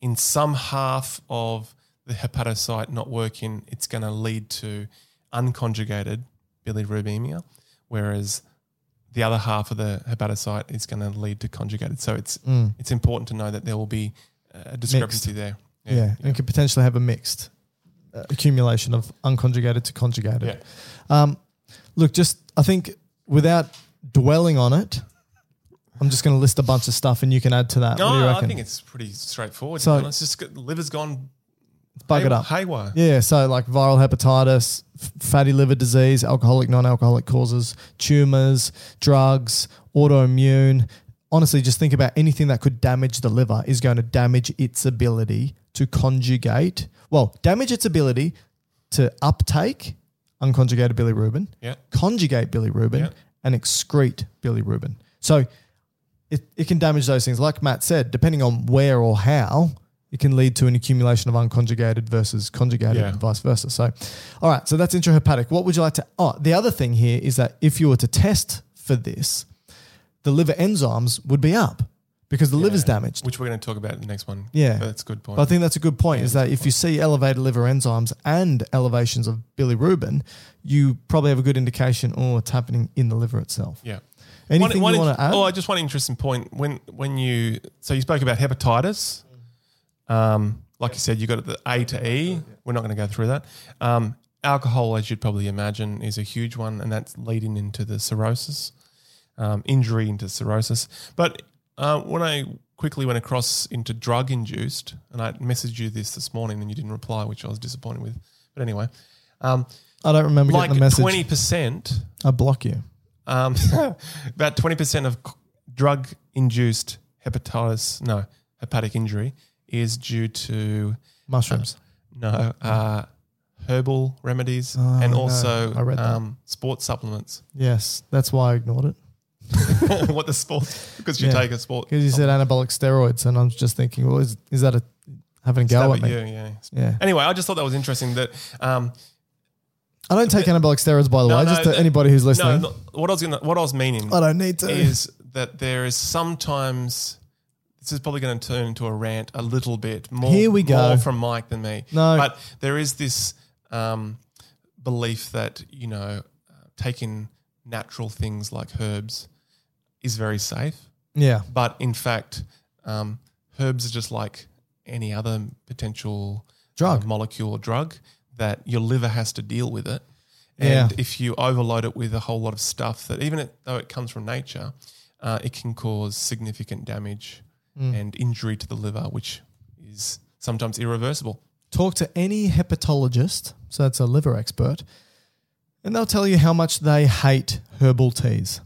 in some half of the hepatocyte not working, it's going to lead to unconjugated bilirubemia, whereas the other half of the hepatocyte is going to lead to conjugated. So it's it's important to know that there will be a discrepancy there.
yeah, and it could potentially have a mixed uh, accumulation of unconjugated to conjugated.
Yeah.
Look, just I think without dwelling on it, I'm just going to list a bunch of stuff, and you can add to that.
No,
what do you
I
reckon?
think it's pretty straightforward.
So-
So it's just got- liver's gone
Bug it
hay-
up.
haywire.
Yeah, so like viral hepatitis, f- fatty liver disease, alcoholic, non alcoholic causes, tumors, drugs, autoimmune. Honestly, just think about anything that could damage the liver is going to damage its ability to conjugate. Well, damage its ability to uptake unconjugated bilirubin,
Yeah.
conjugate bilirubin,
Yeah.
and excrete bilirubin. So it, it can damage those things. Like Matt said, depending on where or how, it can lead to an accumulation of unconjugated versus conjugated
Yeah.
and vice versa. So, all right, so that's intrahepatic. What would you like to? Oh, the other thing here is that if you were to test for this, the liver enzymes would be up because the liver's damaged.
Which we're going to talk about in the next one.
Yeah.
But that's a good point.
But I think that's a good point is that if you see elevated liver enzymes and elevations of bilirubin, you probably have a good indication, oh, it's happening in the liver itself.
yeah.
Anything
One-
you
one
want
int-
to add?
Oh, I just one interesting point. When when you so you spoke about hepatitis, um, like you said, you got the A to E. We're not going to go through that. Um, alcohol, as you'd probably imagine, is a huge one, and that's leading into the cirrhosis, um, injury into cirrhosis. But uh, when I quickly went across into drug induced, and I messaged you this this morning, and you didn't reply, which I was disappointed with. But anyway, um,
I don't remember
like
getting the message.
twenty percent
I block you.
um, (laughs) about 20% of drug induced hepatitis, no, hepatic injury is due to
Mushrooms.
Oh. no uh, herbal remedies and
Oh, no,
also
I read that.
um, sports
(laughs)
supplements. (laughs)
Yes, that's why I ignored it.
what the sports, because you
Yeah.
take a sport.
Because you said anabolic steroids, and I'm just thinking, well, is, is that a having a
Stab
go at
at
me?
you, yeah.
Yeah,
Anyway, I just thought that was interesting that um,
I don't take anabolic steroids, by the way. just to
that-
anybody who's
no,
listening,
no, what I was gonna, what I was meaning
I don't need to.
is that there is sometimes this is probably going to turn into a rant a little bit more.
Here we go.
more from Mike than me.
No.
but there is this um, belief that you know uh, taking natural things like herbs is very safe,
yeah,
but in fact, um, herbs are just like any other potential
Drug.
uh, molecule or drug that your liver has to deal with it.
Yeah.
And if you overload it with a whole lot of stuff that, even it, though it comes from nature, uh, it can cause significant damage
Mm.
and injury to the liver, which is sometimes irreversible.
talk to any hepatologist, so that's a liver expert, and they'll tell you how much they hate herbal teas,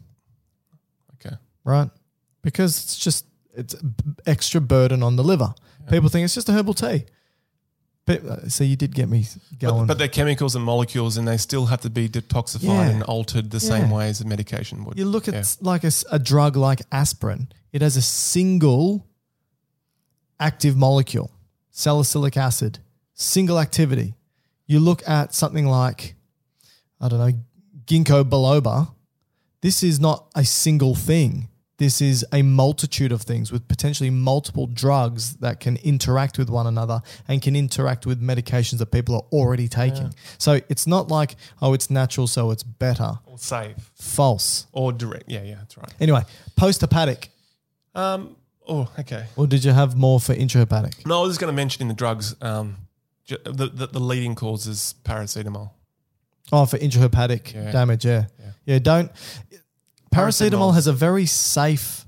Okay.
right? Because it's just it's b- extra burden on the liver. People think it's just a herbal tea. But, so you did get me
But,
going.
but they're chemicals and molecules, and they still have to be detoxified
Yeah.
and altered the same
Yeah.
way as a medication would.
You look at
Yeah.
s- like a, s- a drug like aspirin. It has a single active molecule, salicylic acid, single activity. You look at something like, I don't know, ginkgo biloba. This is not a single thing. This is a multitude of things with potentially multiple drugs that can interact with one another and can interact with medications that people are already taking. So it's not like, oh, it's natural, so it's better.
or safe
False.
or direct. Yeah, yeah, that's right.
Anyway, post hepatic,
Um. Oh, okay.
or did you have more for intrahepatic?
No, I was just going to mention in the drugs, um, ju- the, the the leading cause is paracetamol.
Oh, for intrahepatic
Yeah.
damage, yeah. yeah. don't. Paracetamol
Paracetamol.
has a very safe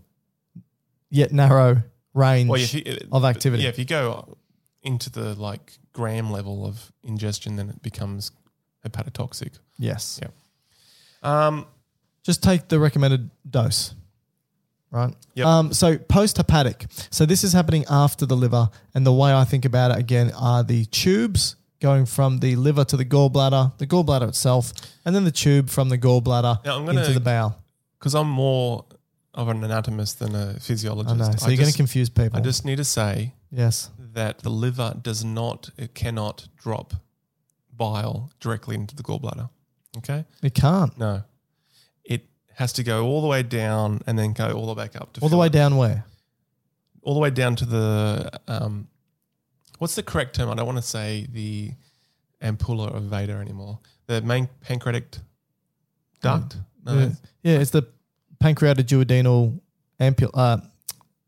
yet narrow range
Well, if you,
of activity.
yeah, if you go into the like gram level of ingestion, then it becomes hepatotoxic.
yes.
Yeah. Um,
Just take the recommended dose, right?
Yep.
Um, so post hepatic. So this is happening after the liver. And the way I think about it again are the tubes going from the liver to the gallbladder, the gallbladder itself, and then the tube from the gallbladder
Now, I'm gonna-
into the bowel.
because I'm more of an anatomist than a
I
physiologist.
know. So
I
you're going
just-
to confuse people.
I just need to say
yes.
that the liver does not, it cannot drop bile directly into the gallbladder. Okay?
It can't.
No. It has to go all the way down and then go all the way back up. To
All the
fill
way
it.
down where?
All the way down to the, um, what's the correct term? I don't want to say the ampulla of Veda anymore. The main pancreatic duct. No,
Mm. yeah. Yeah, it's the pancreaticoduodenal ampule. Uh,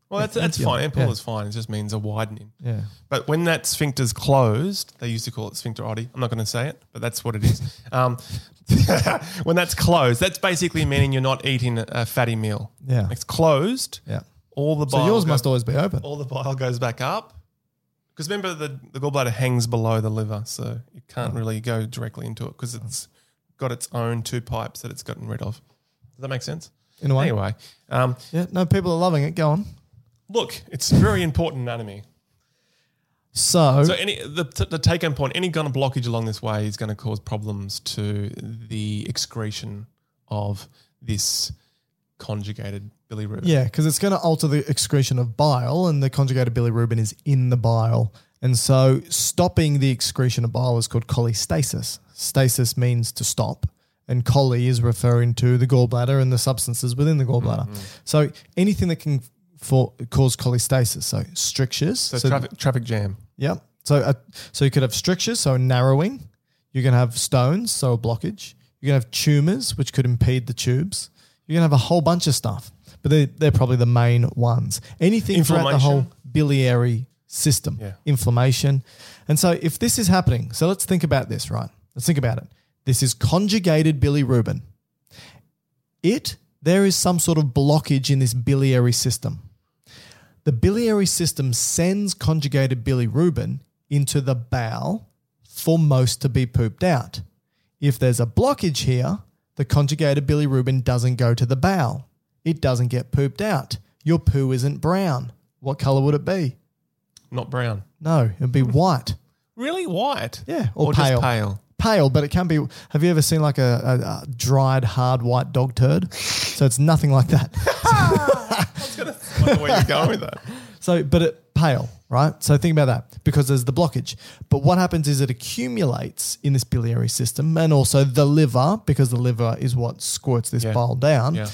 Well, that's, that's
Ampulla,
fine. Ampulla
yeah.
is fine. It just means a widening.
yeah.
But when that sphincter's closed, they used to call it sphincterati. I'm not going to say it, but that's what it is. Um, (laughs) when that's closed, that's basically meaning you're not eating a- a fatty meal.
Yeah.
It's closed.
Yeah.
All the
So
bile.
yours
go-
must always be open.
all the bile goes back up. Because remember, the, the gallbladder hangs below the liver, so it can't really go directly into it because it's got its own two pipes that it's gotten rid of. Does that make sense?
In a way.
Anyway, um,
Yeah, no, people are loving it. Go on.
look, it's very important anatomy.
So,
So any the, the take home point, any kind of blockage along this way is going to cause problems to the excretion of this conjugated bilirubin.
yeah, because it's going to alter the excretion of bile, and the conjugated bilirubin is in the bile. And so, stopping the excretion of bile is called cholestasis. Stasis means to stop, and chole is referring to the gallbladder and the substances within the gallbladder. So, anything that can for, cause cholestasis, so strictures.
So,
so
traffic, traffic jam.
Yeah. So uh, so you could have strictures, so narrowing. You can have stones, so a blockage. You can have tumors, which could impede the tubes. You can have a whole bunch of stuff, but they they're probably the main ones. Anything throughout the whole
Inflammation.
biliary system,
Yeah.
inflammation. And so if this is happening, so let's think about this, right? Let's think about it. This is conjugated bilirubin. It there is some sort of blockage in this biliary system the biliary system sends conjugated bilirubin into the bowel for most to be pooped out. If there's a blockage here, the conjugated bilirubin doesn't go to the bowel. It doesn't get pooped out. Your poo isn't brown. What color would it be?
Not brown.
No, it'd be white.
Really white.
Yeah, or,
just
pale.
(laughs) pale.
Pale, but it can be. Have you ever seen like a, a, a dried, hard white dog turd? so it's nothing like that.
I wonder where you're going with that.
So, but it pale, right? So think about that because there's the blockage. But what happens is it accumulates in this biliary system and also the liver because the liver is what squirts this
Yeah.
bile down.
Yeah.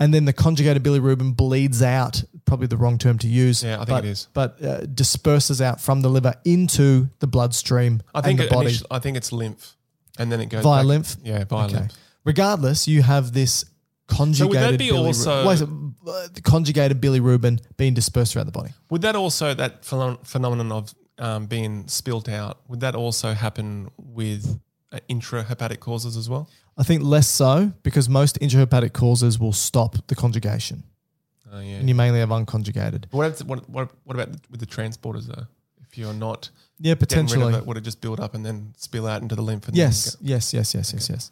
And then the conjugated bilirubin bleeds out, probably the wrong term to use.
Yeah, I think
but,
it is.
But uh, disperses out from the liver into the bloodstream
I think
(laughs) and
it
the body
initially- I think it's lymph, and then it goes
via
back-
lymph.
Yeah, via
Okay.
lymph.
Regardless, you have this conjugated
be
biliru-
also-
Wait, so, uh, the conjugated bilirubin being dispersed around the body.
Would that also that pheno- phenomenon of um, being spilt out? Would that also happen with uh, intrahepatic causes as well?
I think less so because most intrahepatic causes will stop the conjugation,
Oh yeah.
and you mainly have unconjugated.
What, if- what, what, what about with the transporters though? If you're not
Yeah,
getting rid
potentially.
of it, would it just build up and then spill out into the lymph? And
Yes,
Then
yes, yes, yes, yes, yes.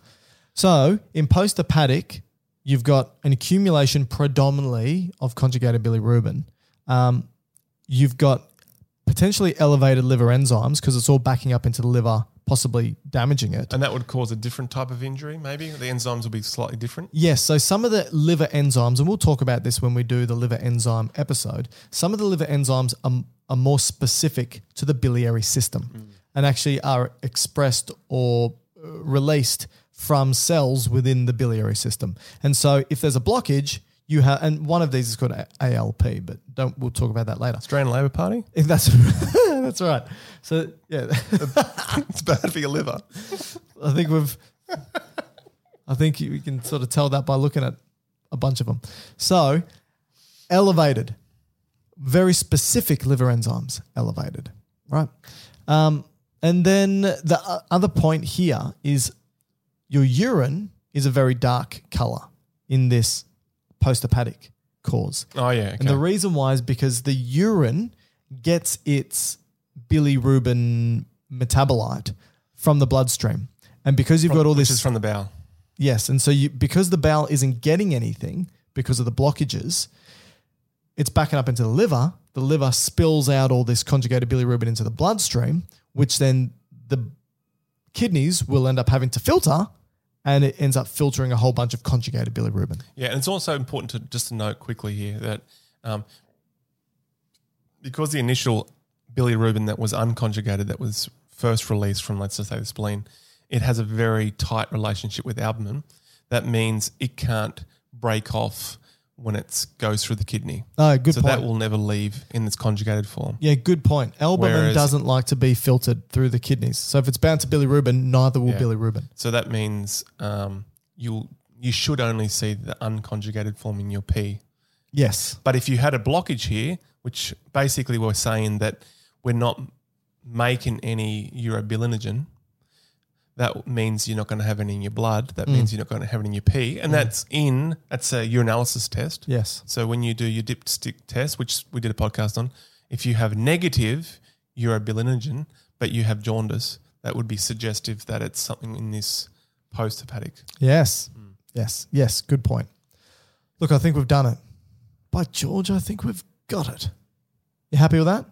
So in post-hepatic, you've got an accumulation predominantly of conjugated bilirubin. Um, you've got potentially elevated liver enzymes because it's all backing up into the liver, possibly damaging it.
go- and that would cause a different type of injury, maybe? The enzymes will be slightly different.
Yes, so some of the liver enzymes, and we'll talk about this when we do the liver enzyme episode, some of the liver enzymes are, are more specific to the biliary system and actually are expressed or uh, released from cells within the biliary system. And so if there's a blockage, you have, and one of these is called A- ALP, but don't, we'll talk about that later.
Australian Labor Party?
If that's, (laughs) that's right. So yeah,
(laughs) it's bad for your liver.
I think we've. I think you- we can sort of tell that by looking at a bunch of them. So, elevated, very specific liver enzymes elevated, right? Um, and then the o- other point here is your urine is a very dark color in this post-hepatic cause.
Oh, yeah. Okay.
And the reason why is because the urine gets its bilirubin metabolite from the bloodstream. And because you've got all
Which
this
is from the bowel.
Yes, and so you because the bowel isn't getting anything because of the blockages, it's backing up into the liver. The liver spills out all this conjugated bilirubin into the bloodstream, which then the kidneys will end up having to filter and it ends up filtering a whole bunch of conjugated bilirubin.
Yeah, and it's also important to just to note quickly here that um, because the initial bilirubin that was unconjugated, that was first released from, let's just say, the spleen, it has a very tight relationship with albumin. That means it can't break off when it goes through the kidney.
Oh, good
so
point.
that will never leave in its conjugated form.
yeah, good point. Albumin
Whereas-
doesn't like to be filtered through the kidneys. So if it's bound to bilirubin, neither will
Yeah.
bilirubin.
So that means um, you you should only see the unconjugated form in your pee.
Yes.
But if you had a blockage here, which basically we're saying that we're not making any urobilinogen, that means you're not going to have any in your blood. That means you're not going to have it in your pee, and that's in that's a urinalysis test.
Yes.
So when you do your dipstick test, which we did a podcast on, if you have negative urobilinogen but you have jaundice, that would be suggestive that it's something in this post-hepatic.
Yes.
Hmm.
Yes. Yes. Good point. Look, I think we've done it. By George, I think we've got it. You happy with that?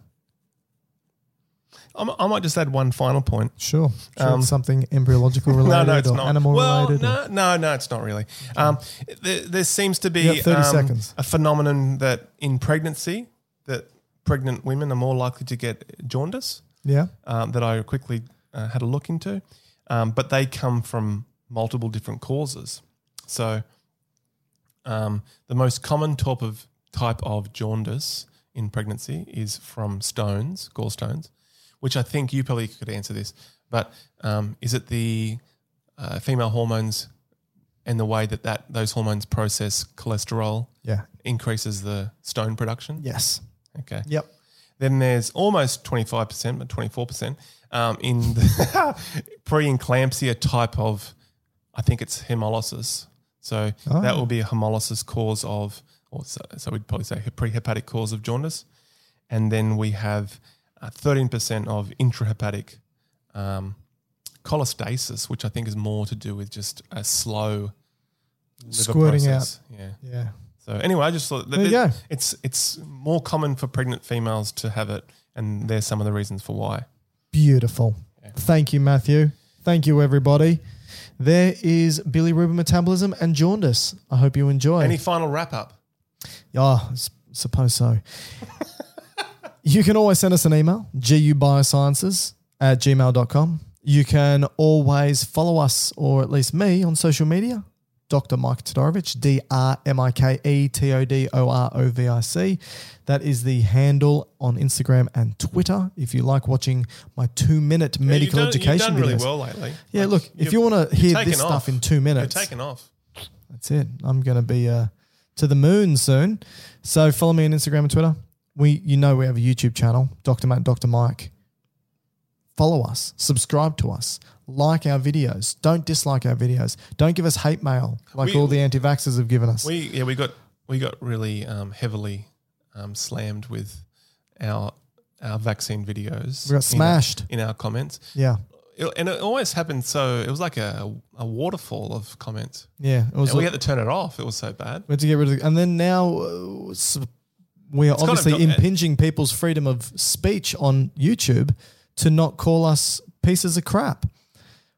I mi- I might just add one final point.
Sure. sure
Um,
it's
(laughs)
something embryological related
no, no, it's
or
not.
animal
well,
related. or-
No, no, no, it's not really. Um, there, there seems to be
You got 30
um,
seconds.
a phenomenon that in pregnancy that pregnant women are more likely to get jaundice
Yeah.
um, that I quickly uh, had a look into, um, but they come from multiple different causes. So, um, the most common type of type of jaundice in pregnancy is from stones, gallstones, which I think you probably could answer this. But um, is it the uh, female hormones and the way that, that those hormones process cholesterol
Yeah.
increases the stone production?
Yes.
Okay.
Yep.
Then there's almost 25%, but 24% um, in the (laughs) pre-eclampsia type of, I think it's hemolysis. So
Oh.
that will be a hemolysis cause of, or so, so we'd probably say a prehepatic cause of jaundice. And then we have uh, 13% of intrahepatic um, cholestasis, which I think is more to do with just a slow liver
Squirting out.
process. Yeah.
Yeah.
So anyway, I just thought that
There you
it-
go.
it's it's more common for pregnant females to have it, and there's some of the reasons for why.
Beautiful. Thank you, Matthew. Thank you, everybody. There is bilirubin metabolism and jaundice. I hope you enjoy.
Any final wrap up?
Oh, s- suppose so. you can always send us an email, gubiosciences at gmail.com. You can always follow us, or at least me, on social media. Dr. Mike Todorovic, D R M I K E T O D O R O V I C. That is the handle on Instagram and Twitter. If you like watching my two minute medical
you've done,
education
You've done really
videos.
well lately.
Yeah, look, if
you've-
you wanna
you've
hear
taken
this
off.
stuff in two minutes-
you're taking off.
That's it. I'm going to be uh, to the moon soon. So follow me on Instagram and Twitter. We, you know, we have a YouTube channel, Dr. Matt, Dr. Mike. Follow us, subscribe to us, like our videos. Don't dislike our videos. Don't give us hate mail like
We-
all the anti-vaxxers have given us.
We yeah we got we got really um, heavily um, slammed with our our vaccine videos.
We got
in-
smashed.
in, our comments,
yeah,
It- and it always happened. So it was like a a waterfall of comments.
yeah. It was.
And we
We
had to turn it off. It was so bad.
had to get rid of, the, and then now uh, s- we are
kind of
obviously
got-
impinging people's freedom of speech on YouTube to not call us pieces of crap,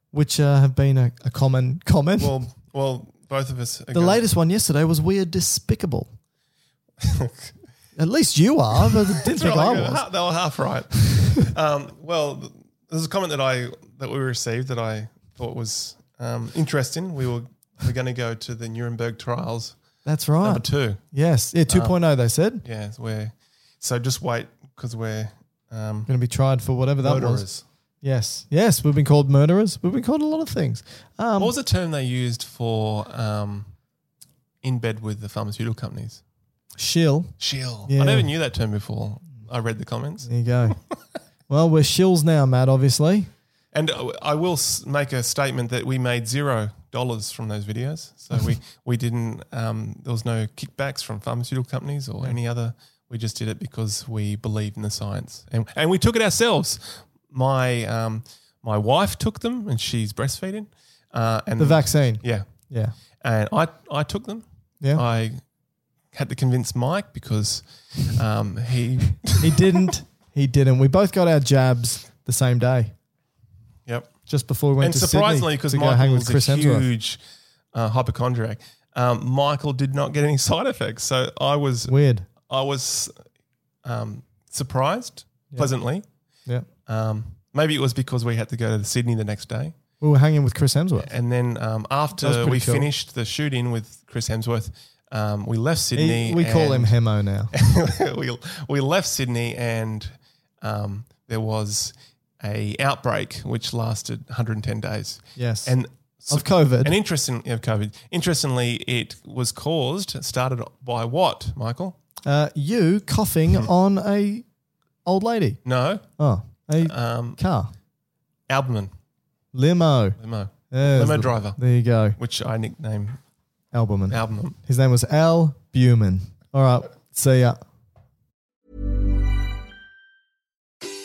which uh, have been a, a common comment.
Well, well, both of us.
The latest one yesterday was we are despicable. At least you are, but I
(laughs)
didn't think I
Like,
was.
ha- They were half right. um, well, th- there's a comment that I that we received that I thought was um, interesting. We were we're going to go to the Nuremberg trials
That's
number
right.
two.
Yes. Yeah,
Ah.
2.0, they said.
Yeah, it's where so just wait because we're um,
Going to be tried for whatever that was.
murderers.
Yes. Yes, we've been called murderers. We've been called a lot of things. Um,
what was the term they used for um, in bed with the pharmaceutical companies?
Shill.
Shill.
Yeah.
I never knew that term before. I read the comments.
There you
(laughs)
go. well, we're shills now, Matt, obviously.
And uh, I will s- make a statement that we made zero dollars from those videos. So
(laughs)
we we didn't. Um, there was no kickbacks from pharmaceutical companies or any other. We just did it because we believed in the science, and and we took it ourselves. My um, my wife took them, and she's breastfeeding. Uh, and
The vaccine.
yeah,
Yeah.
and I I took them.
Yeah.
I had to convince Mike because um, he
(laughs) He didn't. he didn't. We both got our jabs the same day.
Yep.
just before we went
and
to
surprisingly,
Sydney
because
to go hang
Michael
with
was
Chris
a
Hemsworth.
huge uh, hypochondriac, um, Michael did not get any (laughs) side effects. So I was
Weird.
I was um, surprised pleasantly.
Yeah.
Um, maybe it was because we had to go to Sydney the next day,
We were hanging with Chris Hemsworth.
and then um,
That was
after
pretty
we
cool.
finished the shooting with Chris Hemsworth, um, we left Sydney.
He- we call him
(laughs) and-
Hemo now.
we we left Sydney, and um, there was a outbreak which lasted 110 days.
Yes.
and
Of COVID.
And interesting of COVID. Interestingly, it was caused started by what, Michael?
Uh, you
(laughs)
coughing on a old lady.
No,
Oh, a
um,
car.
Albumin
Limo.
limo,
There's
limo
the-
driver,
There you go.
which I nicknamed
Albumin.
Albumin.
His name was Al Buman. All right. See ya.